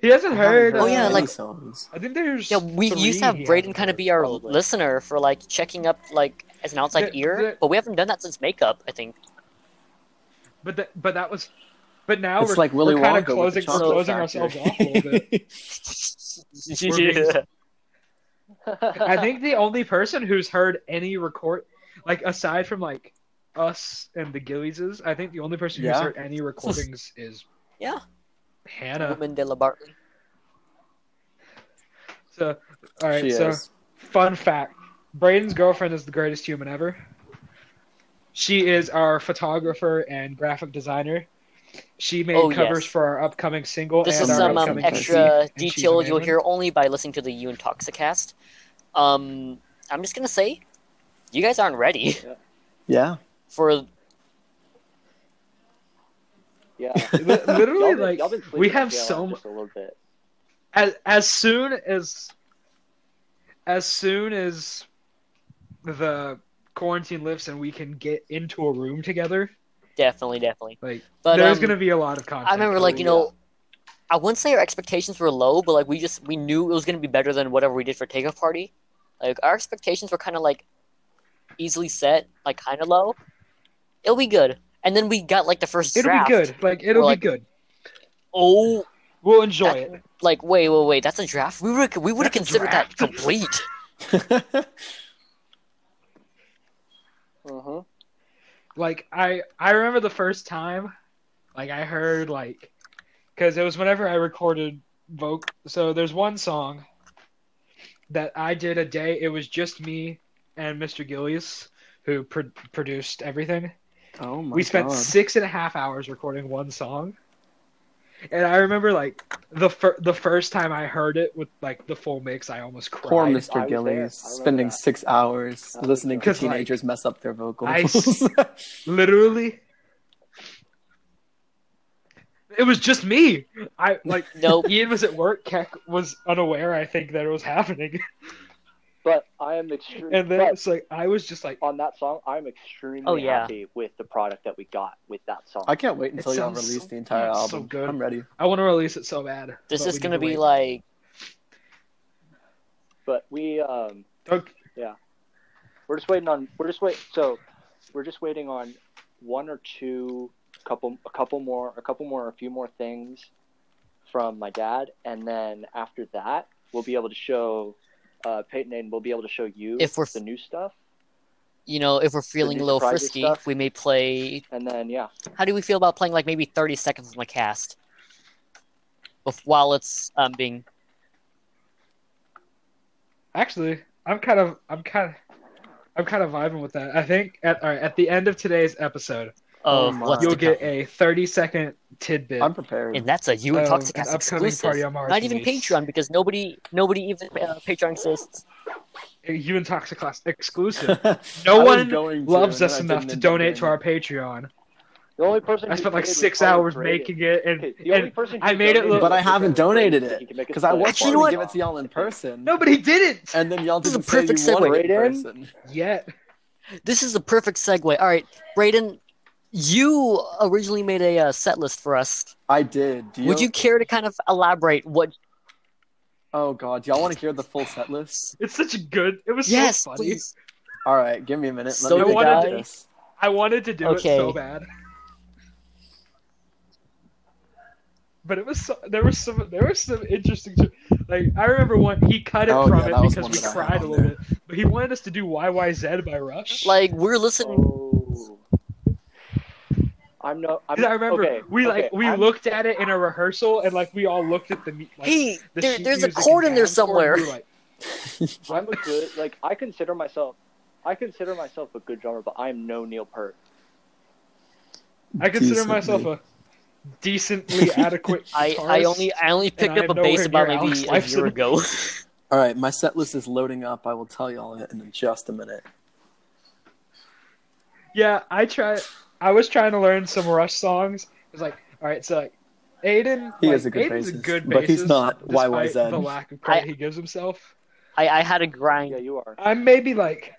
He hasn't heard.
Oh, yeah,
uh,
Any
like-
songs.
I think there's.
Yeah, we used to have
three
Braden
out
kind
there.
of be our
probably.
listener for like checking up like as an outside
The-
ear,
the-
but we haven't done that since makeup. I think.
But that, but that was, but now
It's
we're
like Willy
we're kind of
Wonka with the
closing, we're
Chocolate
closing
Factory.
ourselves off a little bit. being-
about.
I think the only person who's heard any record, like aside from like us and the Gillies, I think the only person who's
Yeah.
heard any recordings is
Yeah.
Hannah.
Woman de la Bartley.
So, all right.
she
so,
is.
fun fact: Braden's girlfriend is the greatest human ever. She is our photographer and graphic designer. She made
Oh,
covers
yes.
for our upcoming single.
This is
and our
some um,
upcoming EP,
extra
and she's
detail you'll
amazing.
hear only by listening to the You Intoxicast. Um, I'm just gonna say, you guys aren't ready
Yeah.
for.
yeah.
Li- Literally,
Y'all been-
like
y'all been
we
sleeping
have
on
so much.
just a little bit.
as as soon as as soon as the quarantine lifts and we can get into a room together,
Definitely, definitely.
like
But
there's
um,
gonna be a lot of content.
I remember, like you
yeah.
know, I wouldn't say our expectations were low, but like we just we knew it was gonna be better than whatever we did for takeoff party. Like our expectations were kind of like easily set, like kind of low. It'll be good, and then we got like the 1st
it'll
draft.
be good. Like it'll
like-
be good.
Oh,
We'll enjoy
that-
it.
like wait, wait, wait. That's a draft. We would we would have
That's a
considered that
draft?
complete.
Uh-huh.
like I I remember the first time, like I heard like, because it was whenever I recorded Vogue. So there's one song that I did a day. It was just me and Mr. Gillies who pro- produced everything.
oh my
we spent
God.
six and a half hours recording one song. And I remember like the fir- the first time I heard it with like the full mix, I almost cried.
Poor
I
Mr.
was there. I remember
Gillies spending
that.
six hours
I was
listening
there.
to
'Cause, like,
teenagers mess up their vocals.
I s- Literally, it was just me. I like
Nope.
Ian was at work. Keck was unaware, I think, that it was happening.
But I am extremely.
And then
but
it's like I was just like,
on that song, I'm extremely
Oh, yeah.
happy with the product that we got with that song.
I can't wait until
It
y'all
sounds
release
so-
the entire
it's so
album.
good.
I'm ready.
I want to release it so bad.
This
but
is
we
gonna
need to
be
wait.
like
But we um,
Don't-
we're just waiting on. We're just wait. So we're just waiting on one or two, couple, a couple more, a couple more, a few more things from my dad, and then after that, we'll be able to show uh, Peyton and we'll be able to show you
If we're-
the new stuff.
you know, if we're feeling a
new
little
surprises
frisky,
stuff.
we may play.
And then yeah,
How do we feel about playing like maybe thirty seconds from a cast, Bef- while it's um being
Actually, I'm kind of, I'm kind of, I'm kind of vibing with that. I think at all right, at the end of today's episode,
Oh
of
my.
what's
you'll
to come.
get a 30 second tidbit.
I'm prepared.
and that's a you and
of an
Toxicast
Oh, upcoming
exclusive.
Party on Mars
Not even
release.
Patreon because nobody, nobody even uh, Patreon exists.
A you and Toxiclass exclusive.
no
No one Loves us enough to donate to our Patreon.
the only person
I
who
spent like
did was
six
Tyler
hours
Creative.
making it, and,
Okay, the only
and
person who
I made it
donated
look-
was
But I haven't
Tyler Creative,
donated
so he
it
can make a
because I
split.
was
Actually, you
trying
know
to
what?
give it to y'all in person,
nobody did it
and then y'all
This is
didn't
a
say you
perfect
wanted it in
segue.
person.
yet.
This is a perfect segue. All right, Brayden, you originally made a uh, set list for us.
I did. Do
Would you care to kind of elaborate what?
Oh God, do y'all want to hear the full set list?
It's such a good. It was
Yes,
so funny.
please.
All right, give me a minute.
So
Let
did
me think
I.
about this.
I wanted to do it so
Okay.
bad. But it was so, there was some there was some interesting like I remember one he cut it
Oh,
from
yeah, that
it
was
because
one
we
that I had
cried
on
a little
there.
bit. But he wanted us to do YYZ by Rush.
Like we're listening.
Oh. I'm no. I'm,
'Cause I remember
okay,
we
okay,
like we
I'm-
looked at it in a rehearsal and like we all looked at the me- like,
hey,
the
there,
sheet
there's a
music and
chord in there
dance chord,
somewhere.
and we were like,
I'm a good like I consider myself I consider myself a good drummer, but I am no Neil Peart.
I consider
Decently.
myself a decently adequate.
I, I
guitarist.
only I only picked
I
up
am
a
nowhere
bass about
near
maybe a
Alex
year
Lifeson.
ago.
All right, my set list is loading up. I will tell y'all it in just a minute.
Yeah, I try. I was trying to learn some Rush songs. It's like, all right, so like, Aiden.
He
like,
is a good
Aiden's a
bassist,
good
but he's
bassist,
not
despite
YYZ.
The lack of credit he gives himself.
I, I had a
Yeah,
grind.
you are.
I'm maybe like.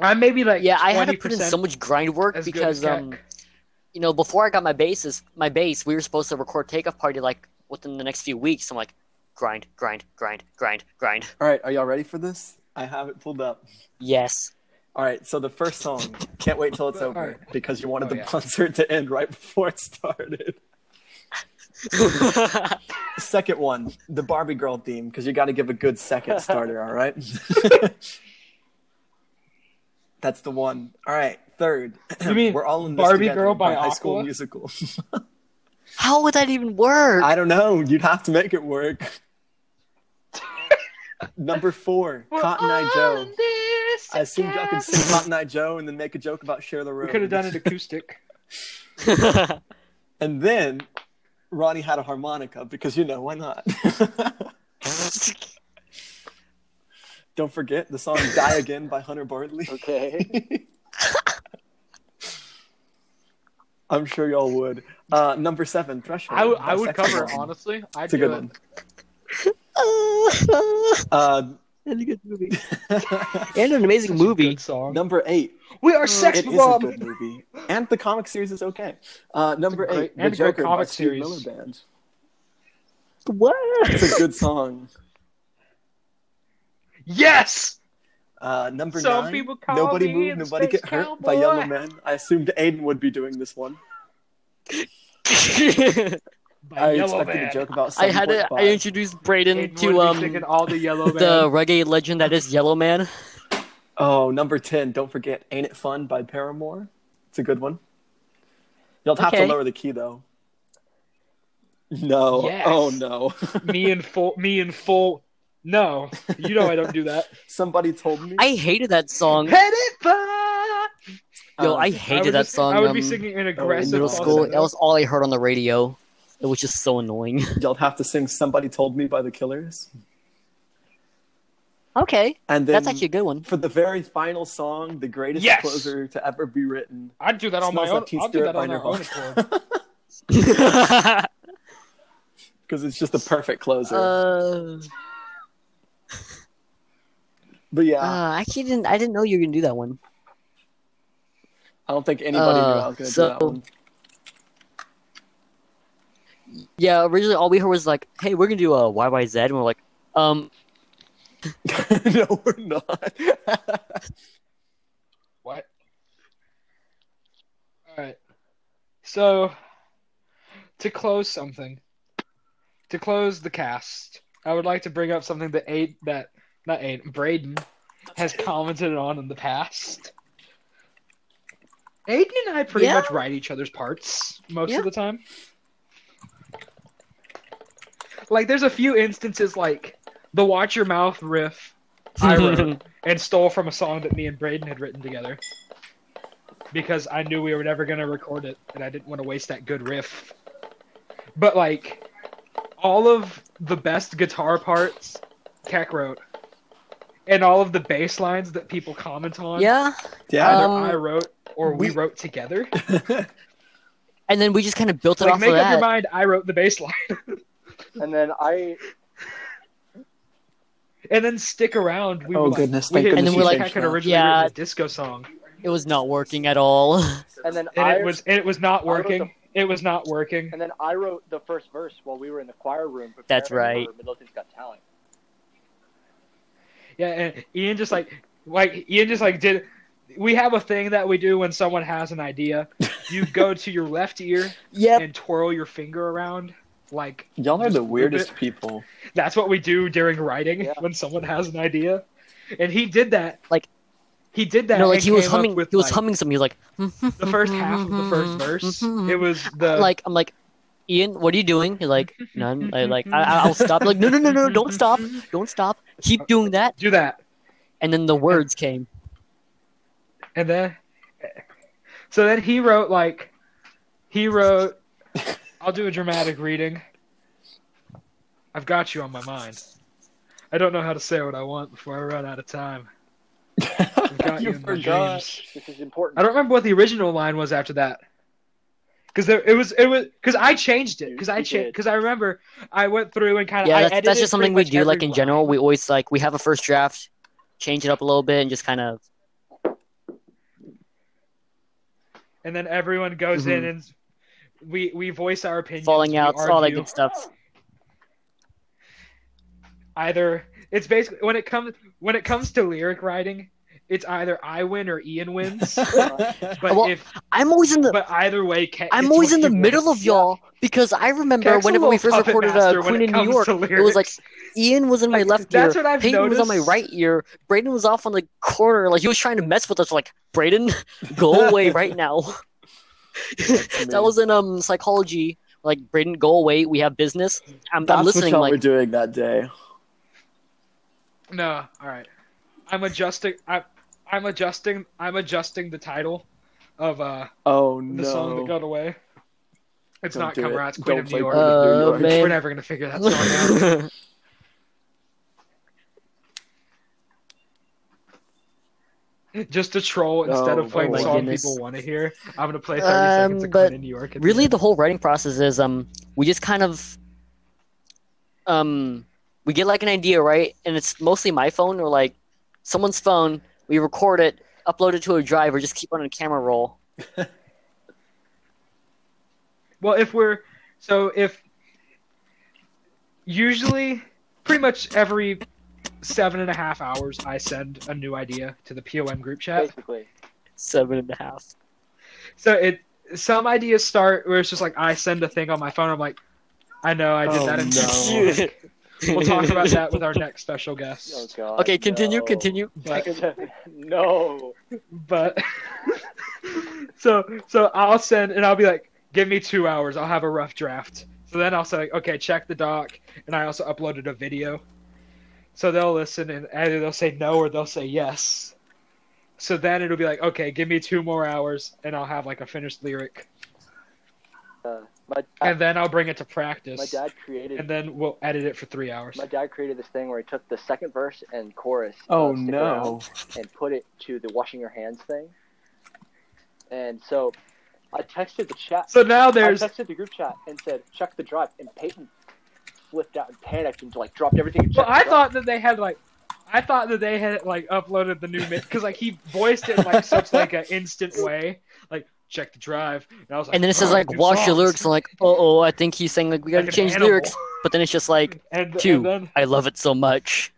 I'm maybe like.
Yeah, I had to
20%
put in so much grind work
as good
because
as
um,
Keck.
you know, before I got my bases, my bass, we were supposed to record takeoff party like within the next few weeks. I'm like, grind, grind, grind, grind, grind.
All right, are y'all ready for this? I have it pulled up.
Yes.
All right, so the first song, can't wait till it's
All
over
right.
because you wanted
Oh,
the
yeah.
concert to end right before it started. Second one, the Barbie girl theme because you got to give a good second starter, all right? That's the one. All right, third.
You mean
We're all in this
Barbie
together
Girl by
High School
Aqua?
Musical.
How would that even work?
I don't know. You'd have to make it work. Number four,
We're
Cotton Eye Joe.
on this
I assumed y'all could sing
together.
Cotton Eye Joe and then make a joke about Share the Room.
We could have done it acoustic.
And then Ronnie had a harmonica because, you know, why not? Don't forget the song Die Again by Hunter Bartley.
Okay.
I'm sure y'all would. Uh, number seven, Threshold.
I would-
by
I would
Sex
cover it
Bomb.
honestly. I'd
It's a
do
good
it.
one.
and a good movie.
Uh,
And an
Such a
amazing movie.
good song.
number eight,
we are sex
It is
bomb.
a good movie, and the comic series is okay. Uh, number
It's a
eight,
great- and
the
a great
Joker by
comic
Steve
series.
Miller Band.
What?
It's a good song.
Yes.
Uh, number
Some
nine,
people call
nobody
me
move,
the
nobody
Space
get hurt by
Cowboy.
Yellow Man. I assumed Aiden would be doing this one.
By
I
Yellow
expected
Man.
a joke about.
I had to,
7.5.
I introduced Brayden
Aiden
to
would be
um
singing all the yellow man.
the reggae legend that is Yellow Man.
Oh, number 10, don't forget Ain't It Fun by Paramore. It's a good one. You'll have
Okay.
to lower the key, though. No.
Yes.
Oh, no.
me in full me in full no you know i don't do that
Somebody told me.
I hated that song.
Head it by-
Yo,
Um,
I
I would
hated that
just-
song.
i would
um,
be singing an
in
aggressive
middle
song.
school.
falsetto.
That was all I heard on the radio. It was just so annoying.
You'll have to sing Somebody Told Me by the Killers.
Okay,
And then
that's actually a good one.
for the very final song, the greatest
Yes!
closer to ever be written.
i'd do that on my
Smells Like
own
Teen
i'll do
Spirit
that on
by
my own accord
Because it's just the perfect closer.
uh,
but yeah,
uh, I actually didn't. I didn't know you were gonna do that one.
I don't think anybody knew I
uh,
was going to
so-
do that one.
Yeah, originally all we heard was like, "Hey, we're gonna do a YYZ," and we're like, "Um,
no, we're not.
what all right so to close something to close the cast i would like to bring up something that aid that not aid braden has commented on in the past. Aiden and I pretty
Yeah.
much write each other's parts most
Yeah.
of the time. Like, there's a few instances like the "Watch Your Mouth" riff I wrote and stole from a song that me and Braden had written together because I knew we were never going to record it and I didn't want to waste that good riff. But like all of the best guitar parts Keck wrote and all of the bass lines that people comment on
yeah.
either
Um,
I wrote or we,
we-
wrote together.
And then we just kind of built it
Like
off
make
of
up
that.
your mind I wrote the bass line
And then I
and then stick around we
Oh,
were like-
goodness,
we
thank
had-
goodness
we
you
had
changed
Keck had
that.
originally
Yeah.
written a disco song.
It was not working at all.
and then
and
I
it was and it was not
I wrote
working. It was not working.
and then I wrote the first verse while we were in the choir room. preparing
That's right.
For Middleton's Got Talent.
Yeah, and Ian just like like Ian just like did. We have a thing that we do when someone has an idea. You go to your left ear
yep.
and twirl your finger around. Like
Y'all are
Just
the
loop
weirdest
it.
people.
that's what we do during writing
Yeah.
when someone has an idea. And he did that.
Like-
he did that.
No, like
and
he was
came up
humming.
With,
he was
like,
humming something. He was like
the first half of the first verse. It was the
Mm-hmm. like I'm like, Ian, what are you doing? He's like, none. I like I, I'll stop. Like no, no, no, no, don't stop, don't stop. Keep doing that.
do that.
And then the words came.
And then, so then he wrote like, he wrote. I'll do a dramatic reading. I've got you on my mind. I don't know how to say what I want before I run out of time. I've got you,
You
in my
forgot.
dreams.
This is important.
I don't remember what the original line was after that. Because it was it was because I changed it because I
You
changed
did.
because I remember I went through and kind of I
Yeah, that's,
edited
that's just something we
pretty
do.
much
Like
every
in
line.
general, we always like we have a first draft, change it up a little bit, and just kind of
and then everyone goes in
Mhm.
and we we voice our opinions
falling
we
out, all that
argue.
good stuff.
either it's basically when it comes when it comes to lyric writing, it's either I win or Ian wins.
Uh,
but
Well,
if
I'm always in the
but either way, Ke-
I'm
it's
always
what
in the
he
middle
wants.
of y'all because I remember
Kek's a
whenever we
little
first
puppet
recorded
master
uh,
when
Queen
it
in New
comes
York.
to
It was like
lyrics.
Ian was in my
Like,
left
that's
ear,
what I've
Peyton was on my
noticed.
right ear, Braden was off on the corner, like he was trying to mess with us. Like Braden, go away right now. that was in um psychology. Like Braden, go away. We have business. I'm,
That's
I'm listening.
what y'all were
Like
doing that day.
no, all right. I'm adjusting. I, I'm adjusting. I'm adjusting the title of uh
Oh
the
no!
song that got away. It's
Don't
not
do it.
Comrades Queen
Don't
of
play
New York.
Queen of New
Uh,
York.
man.
We're never gonna figure that song out. Just to troll instead
Oh,
of playing
oh
the
my
song
goodness.
people want to hear. I'm gonna play 30
Um,
seconds of
but
Queen in New York. at the
really
end.
the whole writing process is um we just kind of um we get like an idea right and it's mostly my phone or like someone's phone we record it upload it to a drive or just keep on a camera roll
Well, if we're so if usually pretty much every seven and a half hours, I send a new idea to the POM group chat.
Basically,
seven and a half
So it some ideas start where it's just like I send a thing on my phone. I'm like, I know I did
Oh,
that.
no.
In we'll talk about that with our next special
oh
guest.
god.
okay continue
no.
continue
But
no.
but so so I'll send and I'll be like, give me two hours. I'll have a rough draft. So then I'll say, like, okay, check the doc, and I also uploaded a video. So they'll listen and either they'll say no or they'll say yes. So then it'll be like, okay, give me two more hours, and I'll have like a finished lyric,
Uh, my
and
dad,
then I'll bring it to
my
practice,
dad
and
created
then we'll edit it for three hours.
my dad created this thing where he took the second verse and chorus. of
Oh
Stick
no!
Around and put it to the washing your hands thing. And so, I texted the chat.
So now there's
I texted the group chat and said, check the drive. And Peyton flipped out and panicked and like dropped everything. And
Well,
checked
I
the drive.
thought that they had like, I thought that they had like uploaded the new because like he voiced it in, like such like an instant way, like check the drive, and I was like,
and then it says
"Oh,
like
new
wash your
songs."
lyrics and like oh oh i think he's saying like we gotta
Like an
change
animal.
lyrics but then it's just like
and, and
two.
then
i love it so much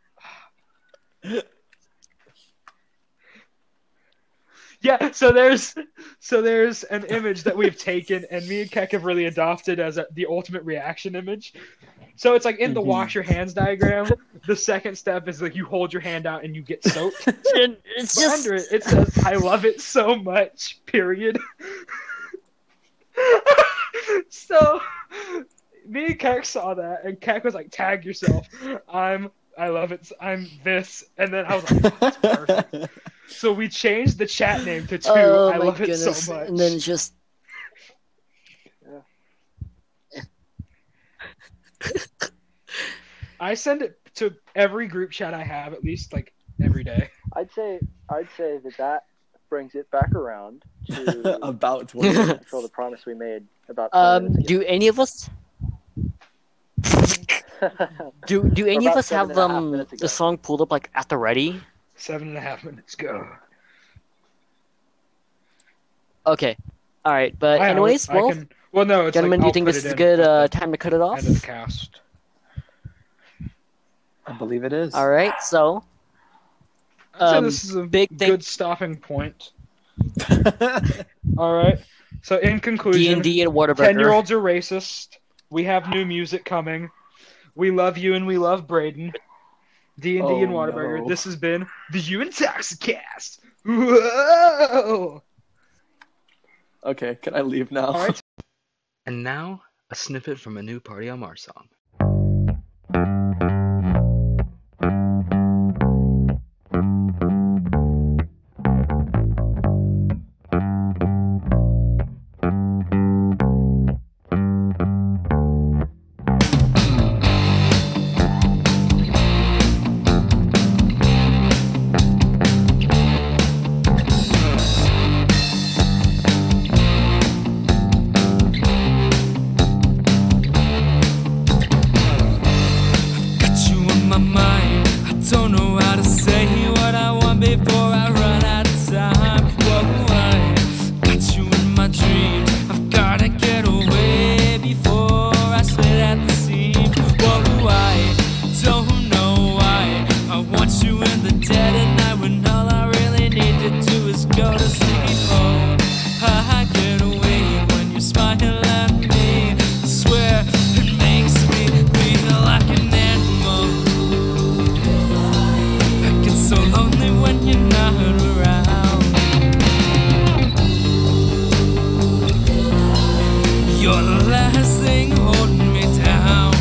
yeah, so there's so there's an image that we've taken, and me and Keck have really adopted as a, the ultimate reaction image. So it's like in the
Mm-hmm.
Mhm.
wash your hands diagram. The second step is like you hold your hand out and you get soaked.
And it's
But
just
under it, it says, "I love it so much." Period. so, me and Keck saw that, and Keck was like, "Tag yourself. I'm. I love it. s- I'm this." And then I was like, "That's perfect." So we changed the chat name to two.
oh
I
my
love
goodness,
it so much.
and then just
I send it to every group chat I have at least like every day.
I'd say I'd say that that brings it back around to
About 20 minutes.
control the promise we made about.
um.
20
Do any of us
minutes ago.
do do any of
about
us
seven
have
and a half
um
minutes ago.
the song pulled up like at the ready?
Seven and a half minutes go.
Okay, all right. But
I- I-
Uh, anyways,
I
well,
can- well, no. It's
gentlemen,
like,
do you think
I'll put
this
it
is a
in
good
at the
uh, time to cut it off?
end of the cast.
I believe it is.
All right, so
I'd say
Um,
this is a
big
good
thing-
stopping point.
right.
All right. So in
D
conclusion,
and D and Whataburger.
ten year olds are racist. We have new music coming. We love you and we love Braden. D and D
Oh,
and Waterburger.
no.
This has been the You Intoxicast. Whoa!
okay, can I leave now?
All right,
And now, a snippet from a new Party on Mars song.
Got you on my mind. I don't know how to say what I want before I run out of time. Whoa, I got you in my dreams. I've gotta get away before I split at the seams. Whoa, I don't know why. I want you in the dead of night when all I really need to do is go to sleep. Oh, I get away when you smile at me. I swear it makes me feel like an animal. I get so lonely when you're not around. You're the last thing holding me down.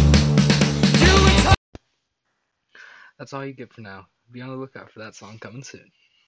You were
That's all you get for now. Be on the lookout for that song coming soon.